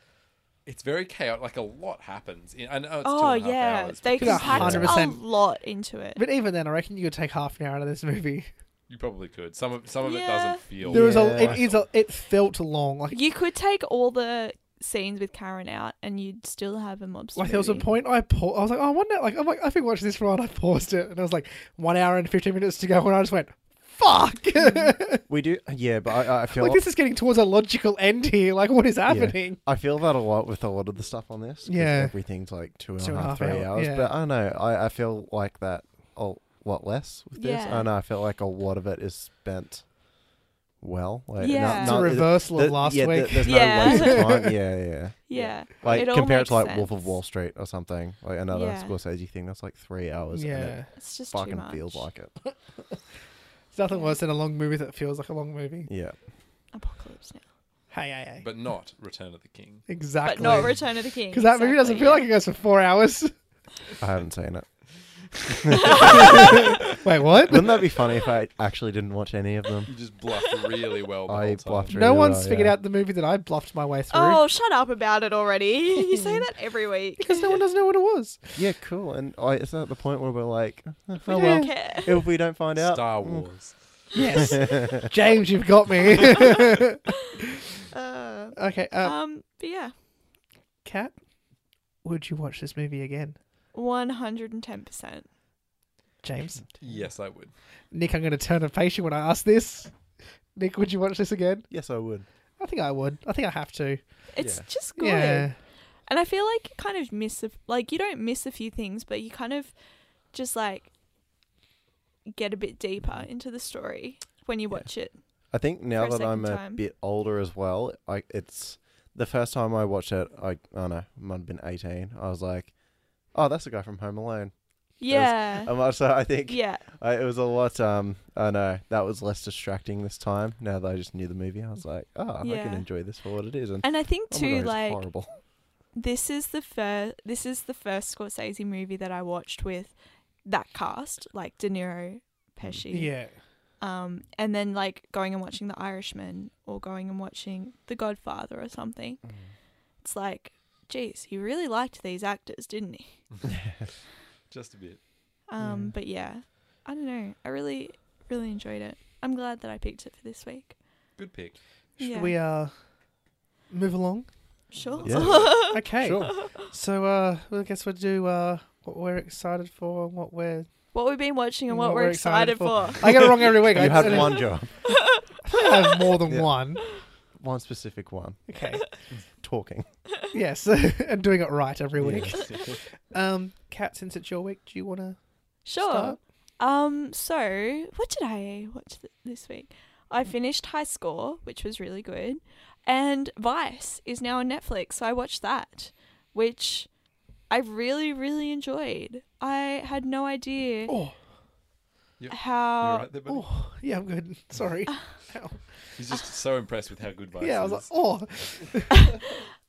Speaker 4: it's very chaotic. Like a lot happens. I I know it's two
Speaker 2: oh
Speaker 4: and a half
Speaker 2: yeah,
Speaker 4: hours,
Speaker 2: they
Speaker 4: but
Speaker 1: Could have
Speaker 2: packed a
Speaker 1: 100%
Speaker 2: lot into it.
Speaker 1: But even then, I reckon you could take half an hour out of this movie.
Speaker 4: you probably could. Some of some of it
Speaker 2: Yeah.
Speaker 4: doesn't feel.
Speaker 1: There was a,
Speaker 3: Yeah.
Speaker 1: it is a, it felt long. Like,
Speaker 2: You could take all the scenes with Karen out, and you'd still have a mobster.
Speaker 1: like there was a
Speaker 2: movie.
Speaker 1: point I paused. I was like, oh, one hour. Like, I'm like, I think watch this for a while. and I paused it, and I was like, one hour and fifteen minutes to go, and I just went, fuck. like
Speaker 3: We do. Yeah, but I, I feel
Speaker 1: this is getting towards a logical end here. Like, what is happening?
Speaker 3: I feel that a lot with a lot of the stuff on this. 'cause
Speaker 1: Yeah.
Speaker 3: everything's like two and a half,
Speaker 1: Two
Speaker 3: three
Speaker 1: and a half hour,
Speaker 3: hours.
Speaker 1: yeah.
Speaker 3: But I don't know. I, I feel like that a lot less with this. I
Speaker 2: Yeah.
Speaker 3: don't know. I feel like a lot of it is spent well. Like,
Speaker 2: Yeah.
Speaker 3: not-
Speaker 1: It's a
Speaker 3: not-
Speaker 1: reversal
Speaker 3: the-
Speaker 1: of last
Speaker 3: yeah, the-
Speaker 1: week.
Speaker 3: there's
Speaker 2: Yeah.
Speaker 3: no waste of time. Yeah, yeah.
Speaker 2: Yeah.
Speaker 3: Like
Speaker 2: It all
Speaker 3: compared to
Speaker 2: makes
Speaker 3: like Wolf of
Speaker 2: sense.
Speaker 3: Wall Street or something, like another
Speaker 2: Yeah.
Speaker 3: Scorsese thing that's like three hours. and it
Speaker 1: yeah,
Speaker 2: It's just too
Speaker 3: fucking
Speaker 2: much.
Speaker 3: feels like it.
Speaker 1: it's nothing worse than a long movie that feels like a long movie.
Speaker 3: Yeah,
Speaker 2: Apocalypse Now.
Speaker 1: Hey, hey, hey.
Speaker 4: but not Return of the King.
Speaker 1: exactly.
Speaker 2: But not Return of the King.
Speaker 1: because that movie doesn't
Speaker 2: exactly,
Speaker 1: feel like it goes for four hours.
Speaker 3: I haven't seen it.
Speaker 1: Wait, what?
Speaker 3: Wouldn't that be funny if I actually didn't watch any of them?
Speaker 4: You just bluff really well. The
Speaker 3: I
Speaker 4: whole time.
Speaker 3: bluffed
Speaker 1: No
Speaker 3: really
Speaker 1: one's
Speaker 3: well,
Speaker 1: figured
Speaker 3: yeah.
Speaker 1: out the movie that I bluffed my way through.
Speaker 2: Oh, shut up about it already. you say that every week.
Speaker 1: Because no one doesn't know what it was.
Speaker 3: Yeah, cool. And I, is that the point where we're like, oh
Speaker 2: We
Speaker 3: well,
Speaker 2: don't care.
Speaker 3: if we don't find out,
Speaker 4: Star
Speaker 3: mm,
Speaker 4: Wars.
Speaker 1: Yes. James, you've got me.
Speaker 2: Uh,
Speaker 1: okay, uh,
Speaker 2: um, but yeah,
Speaker 1: Kat, would you watch this movie again?
Speaker 2: one hundred and ten percent.
Speaker 1: James?
Speaker 4: Yes, I would.
Speaker 1: Nick, I'm going to turn impatient when I ask this. Nick, would you watch this again?
Speaker 3: Yes, I would.
Speaker 1: I think I would. I think I have to.
Speaker 2: It's
Speaker 3: Yeah.
Speaker 2: just good.
Speaker 1: Yeah.
Speaker 2: And I feel like you kind of miss, a, like, you don't miss a few things, but you kind of just, like, get a bit deeper into the story when you watch it.
Speaker 3: I think now
Speaker 2: a
Speaker 3: that I'm
Speaker 2: second
Speaker 3: a
Speaker 2: time.
Speaker 3: bit older as well, I it's the first time I watched it. I, I don't know, I might have been eighteen. I was like, oh, that's the guy from Home Alone.
Speaker 2: Yeah.
Speaker 3: Um, uh, so I think
Speaker 2: yeah.
Speaker 3: I, it was a lot. Um, I know that was less distracting this time. Now that I just knew the movie, I was like, oh, I
Speaker 2: Yeah.
Speaker 3: can enjoy this for what it is. And
Speaker 2: And I think
Speaker 3: oh my
Speaker 2: too,
Speaker 3: God, it's
Speaker 2: like
Speaker 3: horrible.
Speaker 2: this is the first this is the first Scorsese movie that I watched with that cast, like De
Speaker 3: Mm.
Speaker 2: Niro, Pesci.
Speaker 1: Yeah.
Speaker 2: Um, and then like going and watching The Irishman or going and watching The Godfather or something.
Speaker 4: Mm.
Speaker 2: It's like, geez, he really liked these actors, didn't he?
Speaker 4: Just a bit.
Speaker 2: Um,
Speaker 1: Yeah.
Speaker 2: but yeah, I don't know. I really, really enjoyed it. I'm glad that I picked it for this week.
Speaker 4: Good pick.
Speaker 1: Should
Speaker 2: Yeah.
Speaker 1: we uh move along?
Speaker 2: Sure.
Speaker 3: Yeah.
Speaker 1: Okay.
Speaker 3: Sure.
Speaker 1: So uh well, I guess we'll do uh what we're excited for and what we're
Speaker 2: what we've been watching and what, we're excited, for.
Speaker 1: I get it wrong every week. I
Speaker 3: you had
Speaker 1: said-
Speaker 3: one job,
Speaker 1: I have more than
Speaker 3: Yeah.
Speaker 1: one.
Speaker 3: one specific one.
Speaker 1: Okay.
Speaker 3: Talking.
Speaker 1: Yes. and doing it right every week.
Speaker 4: Yeah.
Speaker 1: Um Kat, since it's your week, do you wanna
Speaker 2: Sure.
Speaker 1: start?
Speaker 2: Um. So, what did I watch th- this week? I finished High Score, which was really good, and Vice is now on Netflix. So I watched that, which I really, really enjoyed. I had no idea
Speaker 1: Oh
Speaker 4: You
Speaker 2: how
Speaker 4: alright there, buddy?
Speaker 1: oh yeah, I'm good. Sorry.
Speaker 2: Ah.
Speaker 1: Ow.
Speaker 4: He's just so impressed with how good Vice
Speaker 1: Yeah, I was like,
Speaker 4: is.
Speaker 1: oh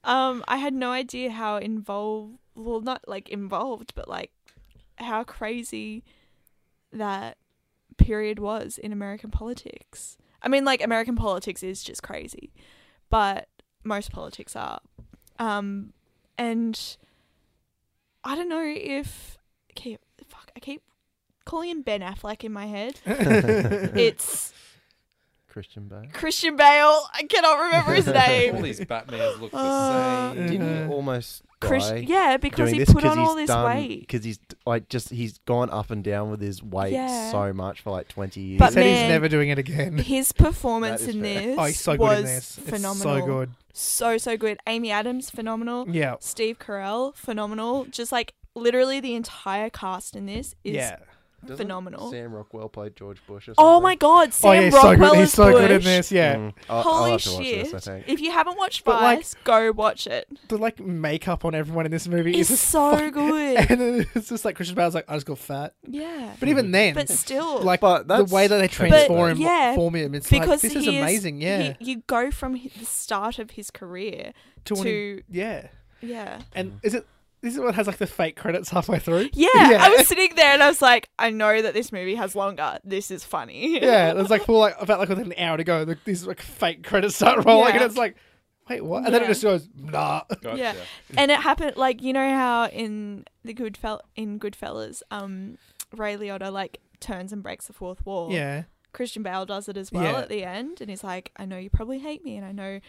Speaker 2: Um, I had no idea how involved, well, not like involved, but like how crazy that period was in American politics. I mean, like American politics is just crazy, but most politics are. Um, and I don't know if okay, fuck, I keep calling him Ben Affleck in my head. It's
Speaker 3: Christian Bale.
Speaker 2: Christian Bale. I cannot remember
Speaker 3: "Oh,
Speaker 2: his
Speaker 4: All
Speaker 2: name.
Speaker 4: these Batmans look the
Speaker 2: Uh,
Speaker 4: same.
Speaker 3: Didn't
Speaker 1: Uh-huh.
Speaker 3: he almost
Speaker 2: Chris,
Speaker 3: die
Speaker 2: yeah, because
Speaker 3: doing
Speaker 2: he
Speaker 3: this
Speaker 2: put on all
Speaker 3: he's
Speaker 2: this
Speaker 3: done,
Speaker 2: weight.
Speaker 3: Because he's like just he's gone up and down with his weight
Speaker 2: Yeah.
Speaker 3: so much for like twenty years.
Speaker 1: he
Speaker 2: But
Speaker 1: said
Speaker 2: man-
Speaker 1: he's never doing it again.
Speaker 2: his performance
Speaker 3: That is
Speaker 2: in
Speaker 3: fair.
Speaker 2: this
Speaker 1: Oh, he's so good
Speaker 2: was
Speaker 1: in this.
Speaker 2: phenomenal.
Speaker 1: It's so good.
Speaker 2: So so good. Amy Adams phenomenal.
Speaker 1: Yeah.
Speaker 2: Steve Carell phenomenal. Just like literally the entire cast in this is
Speaker 1: yeah.
Speaker 3: Doesn't
Speaker 2: phenomenal.
Speaker 3: Sam Rockwell played George Bush. Or
Speaker 2: Oh
Speaker 3: something?
Speaker 2: my god,
Speaker 1: oh
Speaker 2: Sam
Speaker 1: yeah, he's so
Speaker 2: Rockwell
Speaker 1: good. He's
Speaker 2: is
Speaker 1: so good in
Speaker 2: Bush.
Speaker 1: this. Yeah.
Speaker 3: Mm. I'll,
Speaker 2: Holy
Speaker 3: I'll have to watch
Speaker 2: shit.
Speaker 3: This, I think.
Speaker 2: If you haven't watched
Speaker 1: But, like-
Speaker 2: Vice, go watch it.
Speaker 1: The like makeup on everyone in this movie
Speaker 2: It's
Speaker 1: is
Speaker 2: so
Speaker 1: fuck-
Speaker 2: good.
Speaker 1: And then it's just like Christian Bale's like, I just got fat.
Speaker 2: Yeah.
Speaker 3: Mm.
Speaker 1: But even then,
Speaker 2: But still
Speaker 1: like
Speaker 3: But
Speaker 1: the
Speaker 3: that's
Speaker 1: way that they
Speaker 3: But-
Speaker 1: transform him,
Speaker 2: yeah,
Speaker 1: form him, it's like
Speaker 2: because
Speaker 1: this is
Speaker 2: he
Speaker 1: amazing. yeah,
Speaker 2: he- you go from hi- the start of his career
Speaker 1: to, when he- Mm.
Speaker 2: to
Speaker 1: yeah,
Speaker 2: yeah.
Speaker 1: and is it? This is what has like the fake credits halfway through.
Speaker 2: Yeah,
Speaker 1: Yeah.
Speaker 2: I was sitting there and I was like, I know that this movie has longer. This is funny.
Speaker 1: Yeah, there's like for like about like within an hour to go, like, these like fake credits start rolling,
Speaker 2: Yeah.
Speaker 1: and it's like, wait, what? And then it
Speaker 2: Yeah.
Speaker 1: just goes, nah.
Speaker 4: Gotcha.
Speaker 2: Yeah. and it happened like you know how in the Goodfell in Goodfellas, um, Ray Liotta like turns and breaks the fourth wall.
Speaker 1: Yeah,
Speaker 2: Christian Bale does it as well
Speaker 1: Yeah.
Speaker 2: at the end, and he's like, I know you probably hate me, and I know,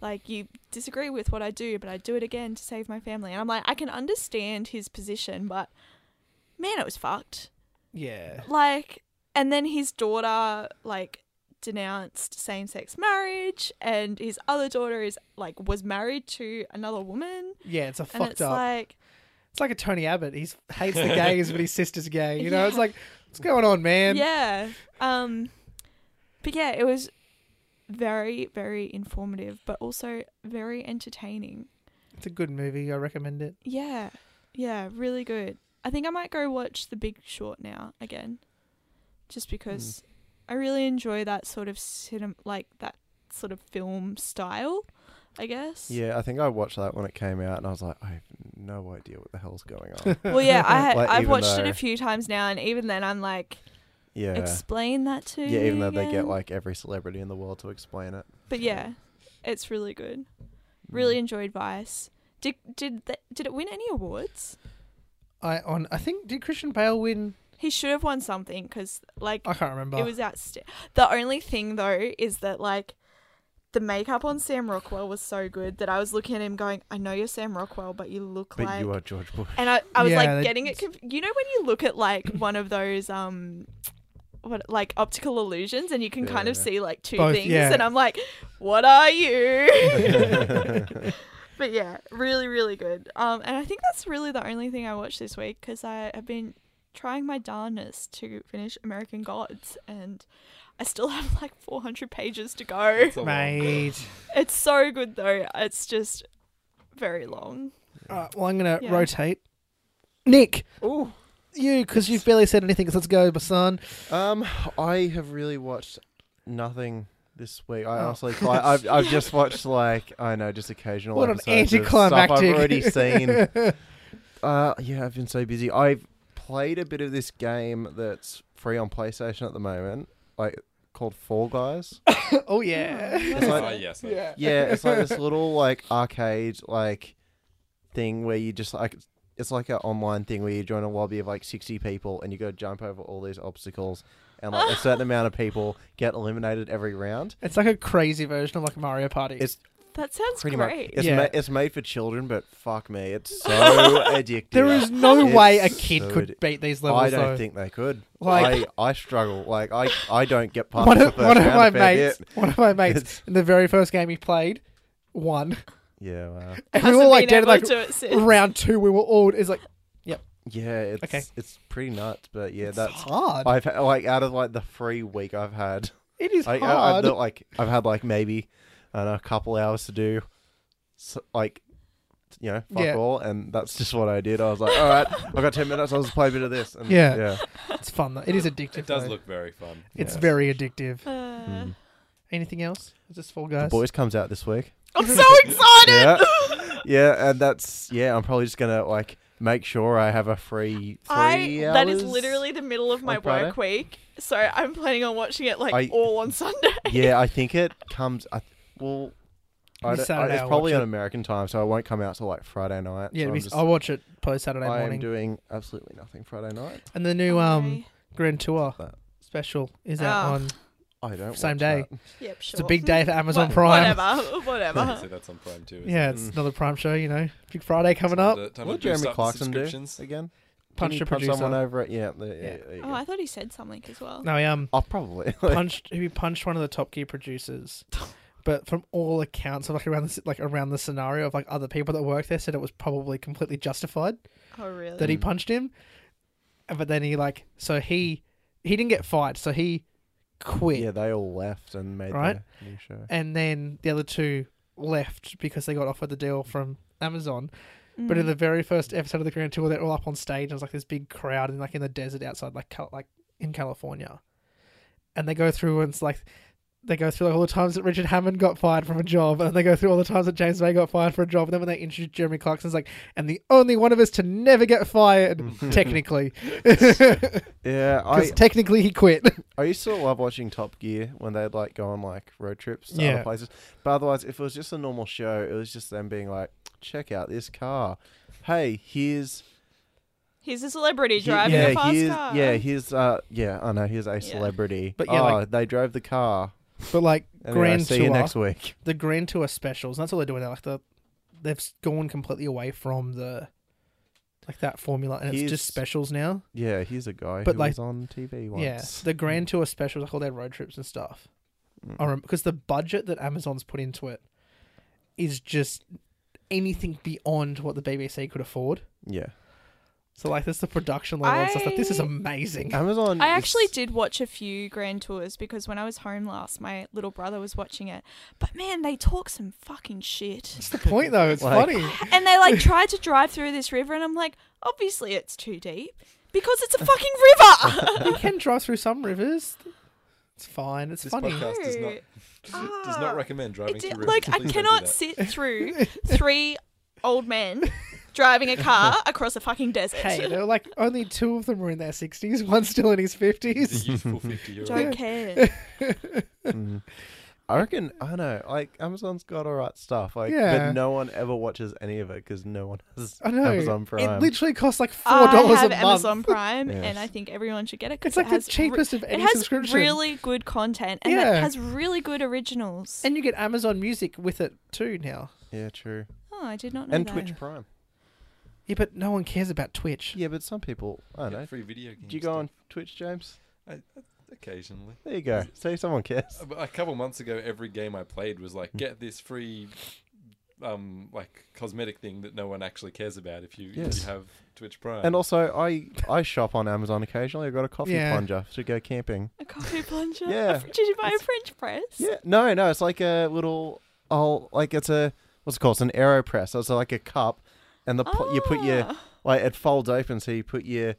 Speaker 2: like you disagree with what I do, but I do it again to save my family. And I'm like, I can understand his position, but man, it was fucked.
Speaker 1: yeah,
Speaker 2: like and then his daughter like denounced same-sex marriage and his other daughter is like was married to another woman
Speaker 1: yeah. It's a
Speaker 2: and
Speaker 1: fucked
Speaker 2: it's
Speaker 1: up.
Speaker 2: like
Speaker 1: it's like a Tony Abbott. He hates the gays, but his sister's gay. You know, it's
Speaker 2: Yeah.
Speaker 1: like, what's going on, man?
Speaker 2: yeah um but yeah it was very very informative but also very entertaining
Speaker 1: It's a good movie. I recommend it.
Speaker 2: yeah yeah really good i think i might go watch the big short now again just
Speaker 3: Mm.
Speaker 2: because i really enjoy that sort of cinem- like that sort of film style i guess
Speaker 3: Yeah, I think I watched that when it came out, and I was like, I have no idea what the hell's going on.
Speaker 2: Well, yeah, I ha-
Speaker 3: Like,
Speaker 2: I've
Speaker 3: even
Speaker 2: watched it
Speaker 3: though-
Speaker 2: a few times now, and even then, I'm like,
Speaker 3: yeah,
Speaker 2: explain that to
Speaker 3: yeah.
Speaker 2: you
Speaker 3: Even though they get
Speaker 2: again."
Speaker 3: like every celebrity in the world to explain it.
Speaker 2: but yeah, it's really good. Really
Speaker 3: Mm.
Speaker 2: enjoyed Vice. Did did th- did it win any awards?
Speaker 1: I on. I think did Christian Bale win?
Speaker 2: He should have won something because like
Speaker 1: I can't remember.
Speaker 2: it was outstanding. The only thing though is that like. The makeup on Sam Rockwell was so good that I was looking at him going, "I know you're Sam Rockwell, but you look
Speaker 3: But
Speaker 2: like."
Speaker 3: you are George Bush.
Speaker 2: and I, I was
Speaker 1: Yeah,
Speaker 2: like
Speaker 1: they-
Speaker 2: getting it. Conf- you know when you look at like one of those um, what like optical illusions, and you can kind of
Speaker 3: Yeah.
Speaker 2: see like two
Speaker 1: Both,
Speaker 2: things,
Speaker 1: yeah.
Speaker 2: and I'm like, what are you? but yeah, really, really good. Um, and I think that's really the only thing I watched this week because I have been trying my darnest to finish American Gods, and I still have like 400 pages to go.
Speaker 4: It's a lot.
Speaker 1: Mate.
Speaker 2: It's so good though. It's just very long.
Speaker 1: All right, well, I'm going to
Speaker 2: Yeah.
Speaker 1: rotate. Nick,
Speaker 3: Ooh,
Speaker 1: you because you've barely said anything. 'cause Let's go, Basan.
Speaker 3: Um, I have really watched nothing this week. I
Speaker 1: Oh.
Speaker 3: honestly, like, I've, I've just watched like I know just occasional.
Speaker 1: What an
Speaker 3: episodes of stuff
Speaker 1: anticlimactic.
Speaker 3: I've already seen. Uh, yeah, I've been so busy. I've played a bit of this game that's free on PlayStation at the moment, like called Fall Guys.
Speaker 1: oh yeah.
Speaker 2: Oh,
Speaker 3: It's
Speaker 4: Oh,
Speaker 3: like-
Speaker 4: yes. I-
Speaker 1: Yeah.
Speaker 3: yeah, it's like this little like arcade like thing where you just like it's like an online thing where you join a lobby of like sixty people and you go jump over all these obstacles and like a certain amount of people get eliminated every round.
Speaker 1: It's like a crazy version of like Mario Party.
Speaker 3: It's
Speaker 2: That sounds
Speaker 3: pretty
Speaker 2: great.
Speaker 3: much it's
Speaker 1: Yeah.
Speaker 3: ma- it's made for children, but fuck me, it's so addictive.
Speaker 1: there is no way a
Speaker 3: It's
Speaker 1: kid
Speaker 3: so
Speaker 1: could
Speaker 3: di-
Speaker 1: beat these levels.
Speaker 3: I don't
Speaker 1: though.
Speaker 3: think they could.
Speaker 1: Like-
Speaker 3: I, I struggle. Like I, I don't get past
Speaker 1: one
Speaker 3: the
Speaker 1: of,
Speaker 3: first
Speaker 1: one of
Speaker 3: round
Speaker 1: my
Speaker 3: if I get-
Speaker 1: mates, one of my mates,
Speaker 3: It's-
Speaker 1: in the very first game he played, won.
Speaker 3: Yeah, wow.
Speaker 1: And we
Speaker 2: Hasn't
Speaker 1: were
Speaker 2: been
Speaker 1: like dead.
Speaker 2: able
Speaker 1: Like
Speaker 2: to do it since.
Speaker 1: round two, we were all is like
Speaker 3: Yeah, it's
Speaker 1: Okay.
Speaker 3: it's pretty nuts, but yeah,
Speaker 1: it's
Speaker 3: that's
Speaker 1: hard.
Speaker 3: I've had, like out of like the free week I've had,
Speaker 1: it is
Speaker 3: I, I,
Speaker 1: hard.
Speaker 3: have like I've had like maybe I don't know, a couple hours to do, so, like you know, fuck
Speaker 1: Yeah.
Speaker 3: all, and that's just what I did. I was like, all right, I've got ten minutes. I'll just play a bit of this. And,
Speaker 1: Yeah.
Speaker 3: yeah,
Speaker 1: it's fun though. It is addictive.
Speaker 4: It does
Speaker 1: though.
Speaker 4: look very fun.
Speaker 1: It's
Speaker 3: yeah.
Speaker 1: very addictive.
Speaker 2: Uh,
Speaker 3: Mm.
Speaker 1: Anything else? Is this Fall
Speaker 3: The
Speaker 1: Guys?
Speaker 3: boys comes out this week.
Speaker 2: I'm so excited.
Speaker 3: Yeah, yeah, and that's yeah. I'm probably just gonna like make sure I have a free three
Speaker 2: I
Speaker 3: hours.
Speaker 2: that is literally the middle of my
Speaker 3: on Friday?
Speaker 2: work week, so I'm planning on watching it like
Speaker 3: I-
Speaker 2: all on Sunday.
Speaker 3: Yeah, I think it comes. I, th- well, I
Speaker 1: This
Speaker 3: don't- I-
Speaker 1: Saturday
Speaker 3: it's
Speaker 1: I'll
Speaker 3: probably
Speaker 1: watch
Speaker 3: on
Speaker 1: it.
Speaker 3: American time, so I won't come out till like Friday night.
Speaker 1: Yeah,
Speaker 3: so
Speaker 1: it'll
Speaker 3: I'm
Speaker 1: be-
Speaker 3: just-
Speaker 1: I'll watch it post Saturday
Speaker 3: I am
Speaker 1: morning.
Speaker 3: doing absolutely nothing Friday night.
Speaker 1: and the new um Grand Tour
Speaker 3: That.
Speaker 1: special is out
Speaker 2: Oh.
Speaker 1: on.
Speaker 3: I don't.
Speaker 1: Same
Speaker 3: watch
Speaker 1: day.
Speaker 3: that.
Speaker 2: Yep, sure.
Speaker 1: It's a big day for Amazon
Speaker 2: Wha-
Speaker 1: Prime.
Speaker 2: Whatever,
Speaker 4: I
Speaker 2: whatever.
Speaker 4: see that's on Prime too. isn't
Speaker 1: Yeah,
Speaker 4: it?
Speaker 1: it's
Speaker 3: Mm.
Speaker 1: another Prime show. You know, Big Friday coming
Speaker 4: Time
Speaker 1: up.
Speaker 4: to- time to
Speaker 3: What did
Speaker 4: boost
Speaker 3: Jeremy
Speaker 4: up the
Speaker 3: Clarkson do?
Speaker 4: subscriptions.
Speaker 3: Again, Didn't
Speaker 1: Punch
Speaker 3: he
Speaker 1: the
Speaker 3: punch
Speaker 1: producer.
Speaker 3: someone over it. Yeah, there,
Speaker 1: Yeah.
Speaker 3: yeah. there you
Speaker 2: oh,
Speaker 3: go.
Speaker 2: I thought he said something as well.
Speaker 1: No, he um
Speaker 3: oh, probably.
Speaker 1: punched. He punched one of the Top Gear producers. But from all accounts of like around the like around the scenario of like other people that work there said it was probably completely justified.
Speaker 2: Oh, really?
Speaker 1: that he
Speaker 3: Mm.
Speaker 1: punched him. But then he like so he he didn't get fired, so he quit.
Speaker 3: yeah, they all left and made
Speaker 1: Right?
Speaker 3: their new show.
Speaker 1: And then the other two left because they got offered the deal from Amazon.
Speaker 2: Mm.
Speaker 1: But in the very first episode of the Grand Tour, they're all up on stage. There's like this big crowd and like in the desert outside, like Cal- like in California. And they go through and it's like they go through like all the times that Richard Hammond got fired from a job, and they go through all the times that James May got fired for a job. And then when they introduce Jeremy Clarkson, it's like, and the only one of us to never get fired, technically.
Speaker 3: Yeah,
Speaker 1: Because
Speaker 3: I
Speaker 1: technically he quit.
Speaker 3: I used to love watching Top Gear when they'd like go on like road trips to
Speaker 1: Yeah.
Speaker 3: other places. But otherwise, if it was just a normal show, it was just them being like, "Check out this car. Hey, here's
Speaker 2: he's a celebrity
Speaker 3: he-
Speaker 2: driving
Speaker 3: yeah,
Speaker 2: a fast
Speaker 3: here's,
Speaker 2: car.
Speaker 3: yeah, here's uh, yeah, I know here's a celebrity.
Speaker 1: But yeah,
Speaker 3: oh,
Speaker 1: like-
Speaker 3: they drove the car.
Speaker 1: But like
Speaker 3: Anyway,
Speaker 1: Grand
Speaker 3: see
Speaker 1: Tour,
Speaker 3: you next week.
Speaker 1: the Grand Tour specials, and that's all they're doing. They're like the, they've s- gone completely away from the, like that formula, and it's
Speaker 3: He's-
Speaker 1: just specials now.
Speaker 3: Yeah, here's a guy
Speaker 1: But,
Speaker 3: who
Speaker 1: like-
Speaker 3: was on TV once.
Speaker 1: Yeah, the Grand Tour specials, like all their road trips and stuff. I remember because the budget that Amazon's put into it is just anything beyond what the BBC could afford.
Speaker 3: Yeah,
Speaker 1: So like, there's the production level and stuff. Like, this is
Speaker 2: I-
Speaker 1: amazing.
Speaker 3: Amazon.
Speaker 2: I
Speaker 3: is-
Speaker 2: actually did watch a few grand tours because when I was home last, my little brother was watching it. But man, they talk some fucking shit.
Speaker 1: That's the point, though. It's
Speaker 3: Like-
Speaker 1: funny.
Speaker 2: And they like tried to drive through this river, and I'm like, obviously it's too deep because it's a fucking river.
Speaker 1: You can drive through some rivers. It's fine. It's
Speaker 4: This
Speaker 1: funny.
Speaker 4: podcast does not does
Speaker 2: Ah.
Speaker 4: not recommend driving
Speaker 2: It
Speaker 4: through
Speaker 2: did-
Speaker 4: rivers.
Speaker 2: like
Speaker 4: Please
Speaker 2: I
Speaker 4: don't do
Speaker 2: cannot
Speaker 4: that.
Speaker 2: sit through three old men driving a car across a fucking desert.
Speaker 1: Hey, there were like only two of them were in their sixties. One still in his fifties.
Speaker 4: The youthful 50 year
Speaker 2: Don't
Speaker 4: old.
Speaker 2: care.
Speaker 3: Mm. I reckon I know. Like Amazon's got all right stuff. Like,
Speaker 1: Yeah.
Speaker 3: but no one ever watches any of it because no one has
Speaker 1: I know.
Speaker 3: Amazon Prime.
Speaker 1: It literally costs like four
Speaker 2: I
Speaker 1: dollars a
Speaker 2: have
Speaker 1: month.
Speaker 2: Amazon Prime,
Speaker 3: Yes.
Speaker 2: and I think everyone should get it. 'cause
Speaker 1: It's like
Speaker 2: it
Speaker 1: the
Speaker 2: has re-
Speaker 1: cheapest of
Speaker 2: it
Speaker 1: any
Speaker 2: has
Speaker 1: subscription.
Speaker 2: really good content, and
Speaker 1: Yeah.
Speaker 2: it has really good originals.
Speaker 1: And you get Amazon Music with it too now.
Speaker 3: yeah, true.
Speaker 2: oh, I did not know
Speaker 3: And
Speaker 2: that.
Speaker 3: Twitch Prime.
Speaker 1: Yeah, but no one cares about Twitch.
Speaker 3: Yeah, but some people, I don't
Speaker 4: Get
Speaker 3: know.
Speaker 4: Free video games.
Speaker 3: Do you go on Twitch, James?
Speaker 4: occasionally? Uh,
Speaker 3: There you go. See, someone cares.
Speaker 4: A couple months ago, every game I played was
Speaker 1: Mm.
Speaker 4: like, get this free, um, like cosmetic thing that no one actually cares about if you, if
Speaker 3: Yes.
Speaker 4: you have Twitch Prime.
Speaker 3: And also, I I shop on Amazon occasionally. I got a coffee
Speaker 1: Yeah.
Speaker 3: plunger to go camping.
Speaker 2: A coffee plunger.
Speaker 3: Yeah.
Speaker 2: A fr- Did you buy a French press?
Speaker 3: Yeah. No, no, it's like a little. Oh, like it's a what's it called? It's an aeropress. So it's like a cup, and the pl- you put your
Speaker 2: Ah.
Speaker 3: like it folds open, so you put your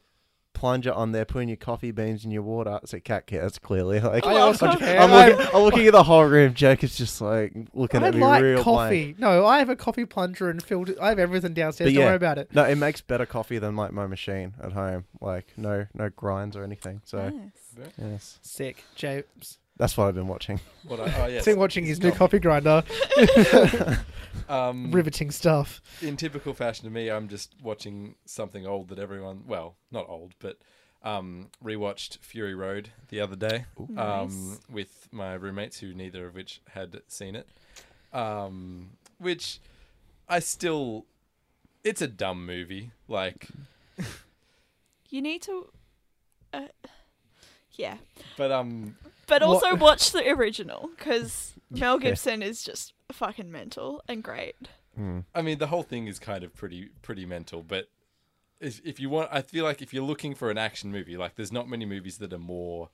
Speaker 3: plunger on there, putting your coffee beans in your water. It's a cat cats, clearly. Like
Speaker 1: I also
Speaker 2: I'm-
Speaker 1: care.
Speaker 3: I'm
Speaker 1: I-
Speaker 3: looking, I'm looking at the whole room. Jack is just like looking
Speaker 1: I
Speaker 3: at me
Speaker 1: like
Speaker 3: real
Speaker 1: coffee.
Speaker 3: blank.
Speaker 1: No, I have a coffee plunger and filled. I have everything downstairs.
Speaker 3: But
Speaker 1: Don't
Speaker 3: yeah.
Speaker 1: worry about it.
Speaker 3: No, it makes better coffee than like my machine at home. Like no, no grinds or anything. So
Speaker 1: Ah.
Speaker 2: Nice.
Speaker 3: yes,
Speaker 1: Sick, James.
Speaker 3: that's what I've been watching.
Speaker 4: What I, oh, yes.
Speaker 1: Been watching his new
Speaker 4: Coffee.
Speaker 1: coffee grinder.
Speaker 3: Mm.
Speaker 4: Um,
Speaker 1: Riveting stuff.
Speaker 4: in typical fashion to me, I'm just watching something old that everyone, well, not old, but um, rewatched Fury Road the other day um,
Speaker 2: Nice.
Speaker 4: with my roommates, who neither of which had seen it. Um, which I still, it's a dumb movie. Like,
Speaker 2: You need to. Uh, yeah.
Speaker 4: but um,
Speaker 2: But
Speaker 1: What-
Speaker 2: also watch the original because Mel
Speaker 3: Yeah.
Speaker 2: Gibson is just fucking mental and great.
Speaker 3: Mm.
Speaker 4: I mean, the whole thing is kind of pretty pretty mental, but if, if you want, I feel like if you're looking for an action movie, like there's not many movies that are more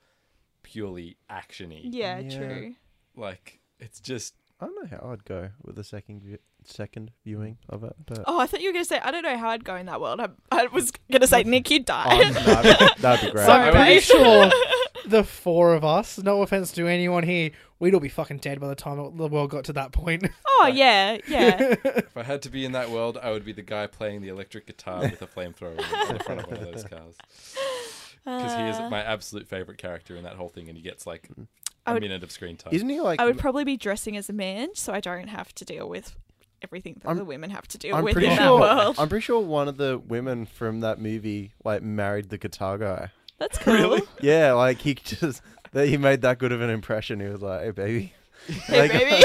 Speaker 4: purely actiony.
Speaker 2: Yeah,
Speaker 3: Yeah.
Speaker 2: true.
Speaker 4: Like it's just
Speaker 3: I don't know how I'd go with the second view- second viewing of it, but
Speaker 2: Oh, I thought you were gonna say I don't know how I'd go in that world. I, I was gonna say Nick, you died.
Speaker 3: no, that'd, be- that'd be great.
Speaker 1: So I'm
Speaker 4: Sorry.
Speaker 1: pretty sure the four of us. No offense to anyone here. We'd all be fucking dead by the time the world got to that point.
Speaker 2: oh yeah, yeah.
Speaker 4: If I had to be in that world, I would be the guy playing the electric guitar with a flamethrower in the front of one of those cars. Because he is
Speaker 2: Uh,
Speaker 4: my absolute favorite character in that whole thing, and he gets like
Speaker 2: I
Speaker 4: a
Speaker 2: would-
Speaker 4: minute of screen time.
Speaker 3: Isn't he like?
Speaker 2: I would probably be dressing as a man, so I don't have to deal with everything that
Speaker 3: I'm-
Speaker 2: the women have to deal
Speaker 3: I'm
Speaker 2: with
Speaker 3: pretty
Speaker 2: in that
Speaker 3: sure.
Speaker 2: world.
Speaker 3: I'm pretty sure one of the women from that movie like married the guitar guy.
Speaker 2: That's cool. Really?
Speaker 3: Yeah, like he just that he made that good of an impression. He was like, "Hey, baby."
Speaker 2: Hey
Speaker 3: They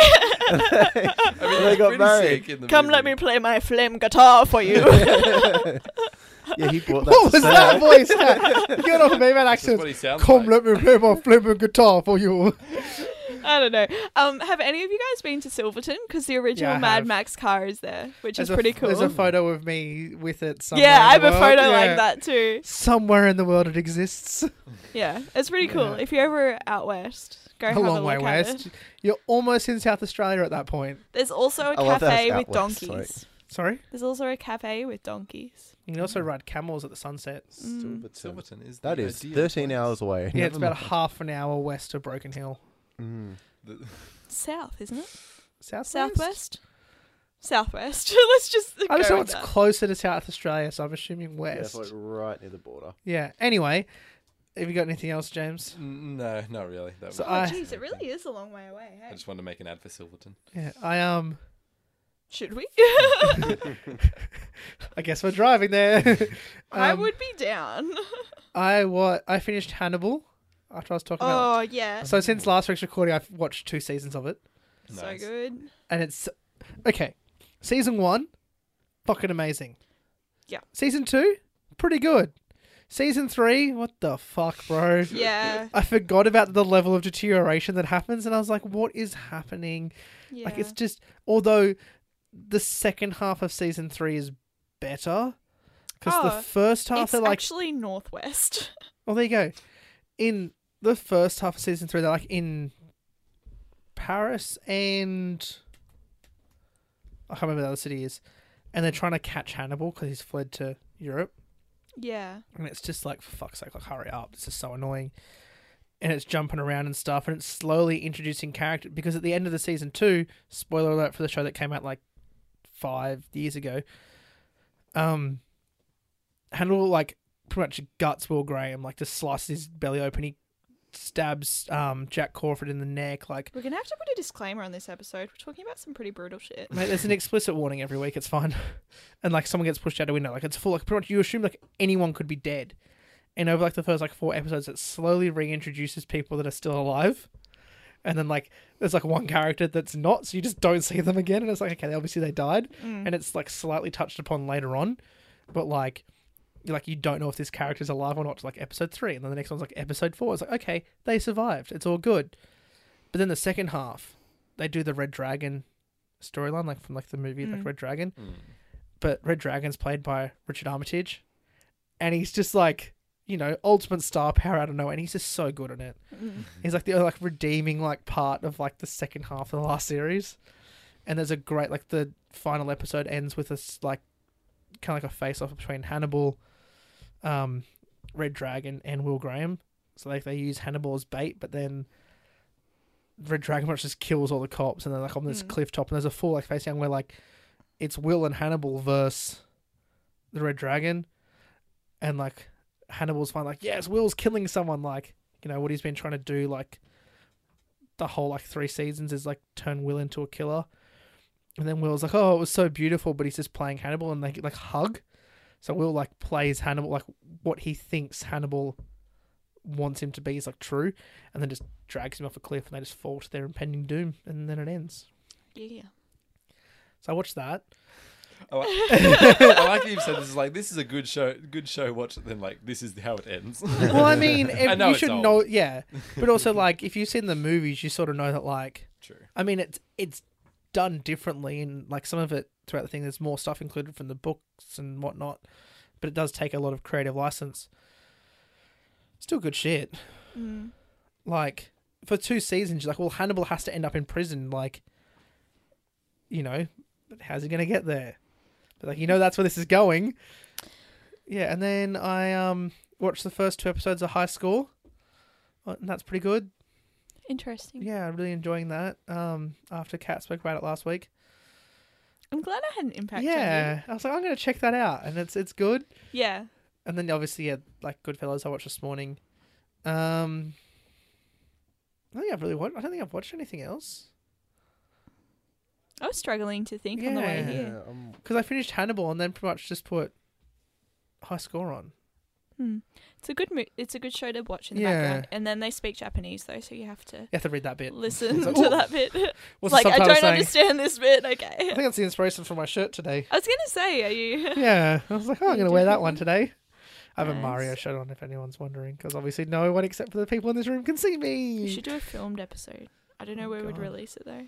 Speaker 3: got-
Speaker 2: baby,
Speaker 4: I mean,
Speaker 3: They
Speaker 4: he's
Speaker 3: got
Speaker 4: pretty
Speaker 3: married.
Speaker 4: sick in the
Speaker 2: come
Speaker 4: movie.
Speaker 2: let me play my flame guitar for you.
Speaker 3: yeah, he brought that.
Speaker 1: what
Speaker 3: to
Speaker 1: was
Speaker 3: set.
Speaker 1: that voice? That? Get off me, man!
Speaker 4: That's just
Speaker 1: Accent.
Speaker 4: what he sounds
Speaker 1: Come,
Speaker 4: like.
Speaker 1: let me play my flipping guitar for you.
Speaker 2: I don't know. Um, have any of you guys been to Silverton? Because the original
Speaker 1: I
Speaker 2: Mad
Speaker 1: have.
Speaker 2: Max car is there, which
Speaker 1: There's
Speaker 2: is pretty
Speaker 1: a, There's
Speaker 2: cool.
Speaker 1: a photo of me with it somewhere.
Speaker 2: yeah,
Speaker 1: in
Speaker 2: I have
Speaker 1: the
Speaker 2: a
Speaker 1: world.
Speaker 2: photo
Speaker 1: Yeah.
Speaker 2: like that too.
Speaker 1: Somewhere in the world it exists.
Speaker 2: Yeah, it's pretty cool.
Speaker 1: Yeah.
Speaker 2: If you're ever out west, go
Speaker 1: A
Speaker 2: have a
Speaker 1: long
Speaker 2: look
Speaker 1: way
Speaker 2: at
Speaker 1: west.
Speaker 2: it.
Speaker 1: You're almost in South Australia at that point.
Speaker 2: There's also a
Speaker 3: I love that it's
Speaker 2: cafe
Speaker 3: out
Speaker 2: with
Speaker 3: west,
Speaker 2: donkeys.
Speaker 3: like-
Speaker 1: Sorry?
Speaker 2: There's also a cafe with donkeys. Mm,
Speaker 1: You can also ride camels at the sunset.
Speaker 3: Silverton.
Speaker 4: Silverton is
Speaker 3: uh, That
Speaker 4: the
Speaker 3: is
Speaker 4: ideal
Speaker 3: 13
Speaker 4: place.
Speaker 3: hours away.
Speaker 1: Yeah,
Speaker 3: Never
Speaker 1: it's about
Speaker 3: mind.
Speaker 1: half an hour west of Broken Hill.
Speaker 3: Mm.
Speaker 4: The-
Speaker 2: South, isn't it?
Speaker 1: Southwest?
Speaker 2: Southwest. Southwest. Let's just.
Speaker 1: I just
Speaker 2: go
Speaker 1: know
Speaker 2: with
Speaker 1: it's
Speaker 2: that.
Speaker 1: closer to South Australia, so I'm assuming
Speaker 3: Yeah,
Speaker 1: west.
Speaker 3: it's
Speaker 1: Yeah.
Speaker 3: like right near the border.
Speaker 1: Anyway, have you got anything else, James?
Speaker 4: N- No, not really. That
Speaker 1: So
Speaker 4: was-
Speaker 2: Oh,
Speaker 1: I-
Speaker 2: jeez, it really is a long way away.
Speaker 4: I
Speaker 2: Hey?
Speaker 4: just wanted to make an ad for Silverton.
Speaker 1: Yeah, I um,
Speaker 2: Should we?
Speaker 1: I guess we're driving there.
Speaker 2: I
Speaker 1: Um,
Speaker 2: would be down.
Speaker 1: I what? I finished Hannibal after I was talking about.
Speaker 2: Oh yeah,
Speaker 1: So since last week's recording, I've watched two seasons of it,
Speaker 2: so
Speaker 4: Nice.
Speaker 2: good.
Speaker 1: and it's okay. Season one, fucking amazing.
Speaker 2: Yeah.
Speaker 1: Season two, pretty good. Season three, what the fuck, bro?
Speaker 2: Yeah,
Speaker 1: I forgot about the level of deterioration that happens, and I was like, what is happening?
Speaker 2: yeah.
Speaker 1: Like, it's just, although the second half of season three is better, because
Speaker 2: Oh,
Speaker 1: the first half,
Speaker 2: It's
Speaker 1: they're like,
Speaker 2: actually northwest.
Speaker 1: oh, there you go. In the first half of season three, they're like in Paris and I can't remember the other city is, and they're trying to catch Hannibal because he's fled to Europe.
Speaker 2: Yeah.
Speaker 1: and it's just like for fuck's sake, like hurry up! This is so annoying, and it's jumping around and stuff, and it's slowly introducing character because at the end of the season two, spoiler alert for the show that came out like five years ago, um, Hannibal like pretty much guts Will Graham, like just slices his belly open, he stabs um Jack Crawford in the neck, like.
Speaker 2: We're gonna have to put a disclaimer on this episode. We're talking about some pretty brutal shit.
Speaker 1: Mate, there's an explicit warning every week. It's fine, and like someone gets pushed out a window, like it's full. Like pretty much, you assume like anyone could be dead, and over like the first like four episodes, it slowly reintroduces people that are still alive, and then like there's like one character that's not, so you just don't see them again, and it's like okay, they obviously they died, Mm.
Speaker 2: Mm.
Speaker 1: and it's like slightly touched upon later on, but like. you're, Like you don't know if this character's alive or not. till, Like episode three, and then the next one's like episode four. It's like okay, they survived. It's all good. But then the second half, they do the Red Dragon storyline, like from like the movie like
Speaker 2: Mm.
Speaker 1: Red Dragon.
Speaker 4: Mm.
Speaker 1: But Red Dragon's played by Richard Armitage, and he's just like you know ultimate star power. I don't know, and he's just so good in it.
Speaker 2: Mm.
Speaker 1: He's like the like redeeming like part of like the second half of the last series, and there's a great like the final episode ends with us like kind of like a face off between Hannibal, um, Red Dragon and Will Graham. So like they use Hannibal as bait, but then Red Dragon much just kills all the cops, and they're like on this
Speaker 2: Mm.
Speaker 1: cliff top, and there's a full like face down where like it's Will and Hannibal versus the Red Dragon, and like Hannibal's fine, like yes, Will's killing someone, like you know what he's been trying to do, like the whole like three seasons is like turn Will into a killer, and then Will's like, oh, it was so beautiful, but he's just playing Hannibal, and they like hug, so Will like plays Hannibal like what he thinks Hannibal wants him to be is like true, and then just drags him off a cliff, and they just fall to their impending doom, and then it ends.
Speaker 2: Yeah.
Speaker 1: So I watched that.
Speaker 4: I like, I like that you've said this is like this is a good show, good show. Watch it, then like this is how it ends.
Speaker 1: Well, I mean,
Speaker 4: I
Speaker 1: if,
Speaker 4: know
Speaker 1: you
Speaker 4: it's
Speaker 1: should
Speaker 4: old.
Speaker 1: know, yeah, but also like if you've seen the movies, you sort of know that like
Speaker 4: True.
Speaker 1: I mean, it's it's done differently, and like some of it throughout the thing, there's more stuff included from the books and whatnot, but it does take a lot of creative license. Still good shit.
Speaker 2: Mm.
Speaker 1: Like for two seasons, you're like, well, Hannibal has to end up in prison. Like, you know, but how's he gonna get there? But like, you know, that's where this is going. Yeah, and then I um watched the first two episodes of High School, uh, and that's pretty good.
Speaker 2: Interesting.
Speaker 1: Yeah, I'm really enjoying that. Um, after Kat spoke about it last week.
Speaker 2: I'm glad I had an impact. On
Speaker 1: Yeah, I was like, I'm gonna check that out, and it's it's good.
Speaker 2: you. Yeah.
Speaker 1: And then obviously, yeah, like Goodfellas, I watched this morning. Um, I don't think I've really watched. I don't think I've watched anything else
Speaker 2: I was struggling to think on the way
Speaker 1: Yeah.
Speaker 2: here.
Speaker 3: um,
Speaker 1: because I finished Hannibal and then pretty much just put High Score on.
Speaker 2: Hmm. It's a good mo- it's a good show to watch in the
Speaker 1: Yeah.
Speaker 2: background. And then they speak Japanese though, so you have to
Speaker 1: You have to read that bit.
Speaker 2: listen
Speaker 1: like,
Speaker 2: to
Speaker 1: "Oh."
Speaker 2: that bit.
Speaker 1: What's
Speaker 2: like
Speaker 1: the
Speaker 2: I
Speaker 1: subtitle
Speaker 2: don't
Speaker 1: saying?
Speaker 2: understand this bit.
Speaker 1: I
Speaker 2: Okay.
Speaker 1: think that's the inspiration for my shirt today.
Speaker 2: I was gonna say, are you?
Speaker 1: Yeah, I was like, oh, I'm
Speaker 2: You
Speaker 1: gonna
Speaker 2: do
Speaker 1: wear that
Speaker 2: have
Speaker 1: one
Speaker 2: one?
Speaker 1: today. I have a
Speaker 2: Nice.
Speaker 1: Mario shirt on, if anyone's wondering, because obviously no one except for the people in this room can see me.
Speaker 2: We should do a filmed episode. I don't know
Speaker 1: Oh,
Speaker 2: where we'd
Speaker 1: God.
Speaker 2: release it though.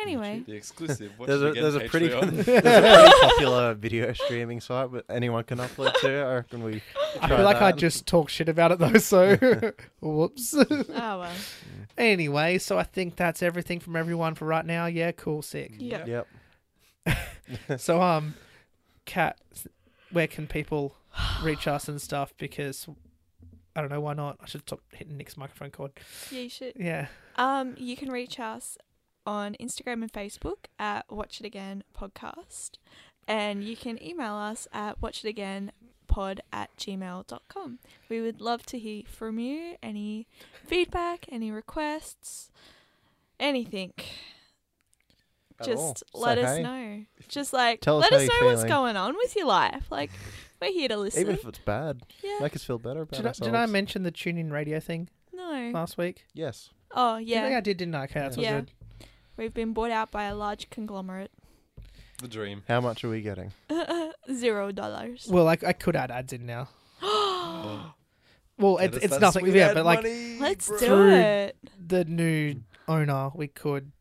Speaker 2: Anyway,
Speaker 4: the exclusive. Watch
Speaker 3: There's
Speaker 4: it
Speaker 3: a
Speaker 4: again,
Speaker 3: there's a pretty
Speaker 4: Patreon.
Speaker 3: there's a pretty popular video streaming site, but anyone can upload to. I reckon we.
Speaker 1: I
Speaker 3: try
Speaker 1: feel like I
Speaker 3: that.
Speaker 1: just talk shit about it though, so whoops.
Speaker 2: oh well.
Speaker 1: anyway, so I think that's everything from everyone for right now. Yeah, cool, sick.
Speaker 2: Yeah.
Speaker 3: Yep.
Speaker 1: So um, Kat, where can people reach us and stuff? Because I don't know why not. I should stop hitting Nick's microphone cord.
Speaker 2: Yeah, you should.
Speaker 1: Yeah,
Speaker 2: Um, you can reach us on Instagram and Facebook at Watch It Again Podcast. And you can email us at watchitagainpod at gmail.com. We would love to hear from you any feedback, any requests, anything.
Speaker 3: At all.
Speaker 2: Just let
Speaker 3: Say
Speaker 2: us
Speaker 3: hey.
Speaker 2: know. Just like,
Speaker 3: Tell us
Speaker 2: let
Speaker 3: how
Speaker 2: us know
Speaker 3: you're
Speaker 2: what's
Speaker 3: feeling.
Speaker 2: going on with your life. Like, we're here to listen.
Speaker 3: Even if it's bad,
Speaker 2: yeah.
Speaker 3: make us feel better about
Speaker 1: did I,
Speaker 3: ourselves.
Speaker 1: did I mention the tune in radio thing
Speaker 2: no.
Speaker 1: last week?
Speaker 3: Yes.
Speaker 2: Oh,
Speaker 1: I think
Speaker 2: Mm. yeah.
Speaker 1: I did, didn't I? Okay, that's
Speaker 2: Yeah.
Speaker 1: all good.
Speaker 2: We've been bought out by a large conglomerate.
Speaker 4: The dream.
Speaker 3: How much are we getting?
Speaker 2: Zero dollars.
Speaker 1: Well, I, I could add ads in now. Well,
Speaker 4: Let
Speaker 1: it's
Speaker 4: us-
Speaker 1: it's
Speaker 4: let us
Speaker 1: nothing.
Speaker 4: win
Speaker 1: Yeah,
Speaker 4: that
Speaker 1: but like
Speaker 4: money,
Speaker 2: Let's
Speaker 4: bro.
Speaker 2: do
Speaker 1: Through-
Speaker 2: it.
Speaker 1: the new owner, we could,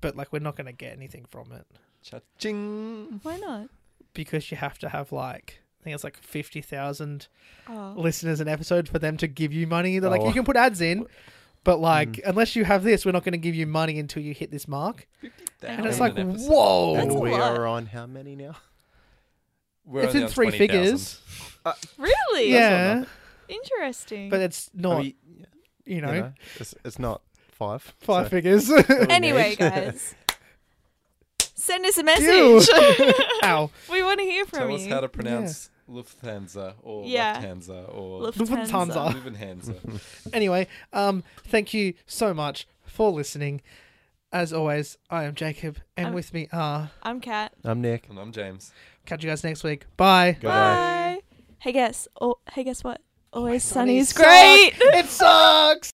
Speaker 1: but like we're not going to get anything from it.
Speaker 4: Cha-ching.
Speaker 2: Why not?
Speaker 1: because you have to have like I think it's like fifty thousand
Speaker 2: Oh.
Speaker 1: listeners an episode for them to give you money. They're like,
Speaker 3: Oh. Hmm.
Speaker 1: you can put ads in, but like unless you have this, we're not going to give you money until you hit this mark. And it's like,
Speaker 4: Thousand an episode.
Speaker 1: whoa,
Speaker 2: That's a
Speaker 3: we
Speaker 2: lot.
Speaker 3: are on how many now?
Speaker 4: We're
Speaker 1: it's
Speaker 4: only
Speaker 1: in
Speaker 4: on
Speaker 1: three
Speaker 4: 20,000.
Speaker 1: figures,
Speaker 2: Really?
Speaker 1: yeah,
Speaker 2: Interesting.
Speaker 1: but it's
Speaker 3: I
Speaker 1: not
Speaker 3: mean,
Speaker 1: you know
Speaker 3: you know, it's, it's not five.
Speaker 1: five
Speaker 3: so-
Speaker 1: figures.
Speaker 2: anyway, guys, send us a
Speaker 1: Ew.
Speaker 2: message.
Speaker 1: Ow,
Speaker 2: we want to hear from
Speaker 4: Tell
Speaker 2: you.
Speaker 4: us how to pronounce Lufthansa or
Speaker 2: Yeah.
Speaker 4: Lufthansa or
Speaker 2: Lufthansa.
Speaker 1: Lufthansa.
Speaker 4: Lufthansa.
Speaker 1: anyway, um, thank you so much for listening. As always, I am Jacob, and
Speaker 2: I'm-
Speaker 1: with me are.
Speaker 2: I'm Kat.
Speaker 3: I'm Nick.
Speaker 4: and I'm James.
Speaker 1: Catch you guys next week. Bye.
Speaker 3: Goodbye.
Speaker 2: Bye. Hey, guess. Oh, hey, guess what? Always
Speaker 1: Sunny
Speaker 2: sunny is great.
Speaker 1: It sucks.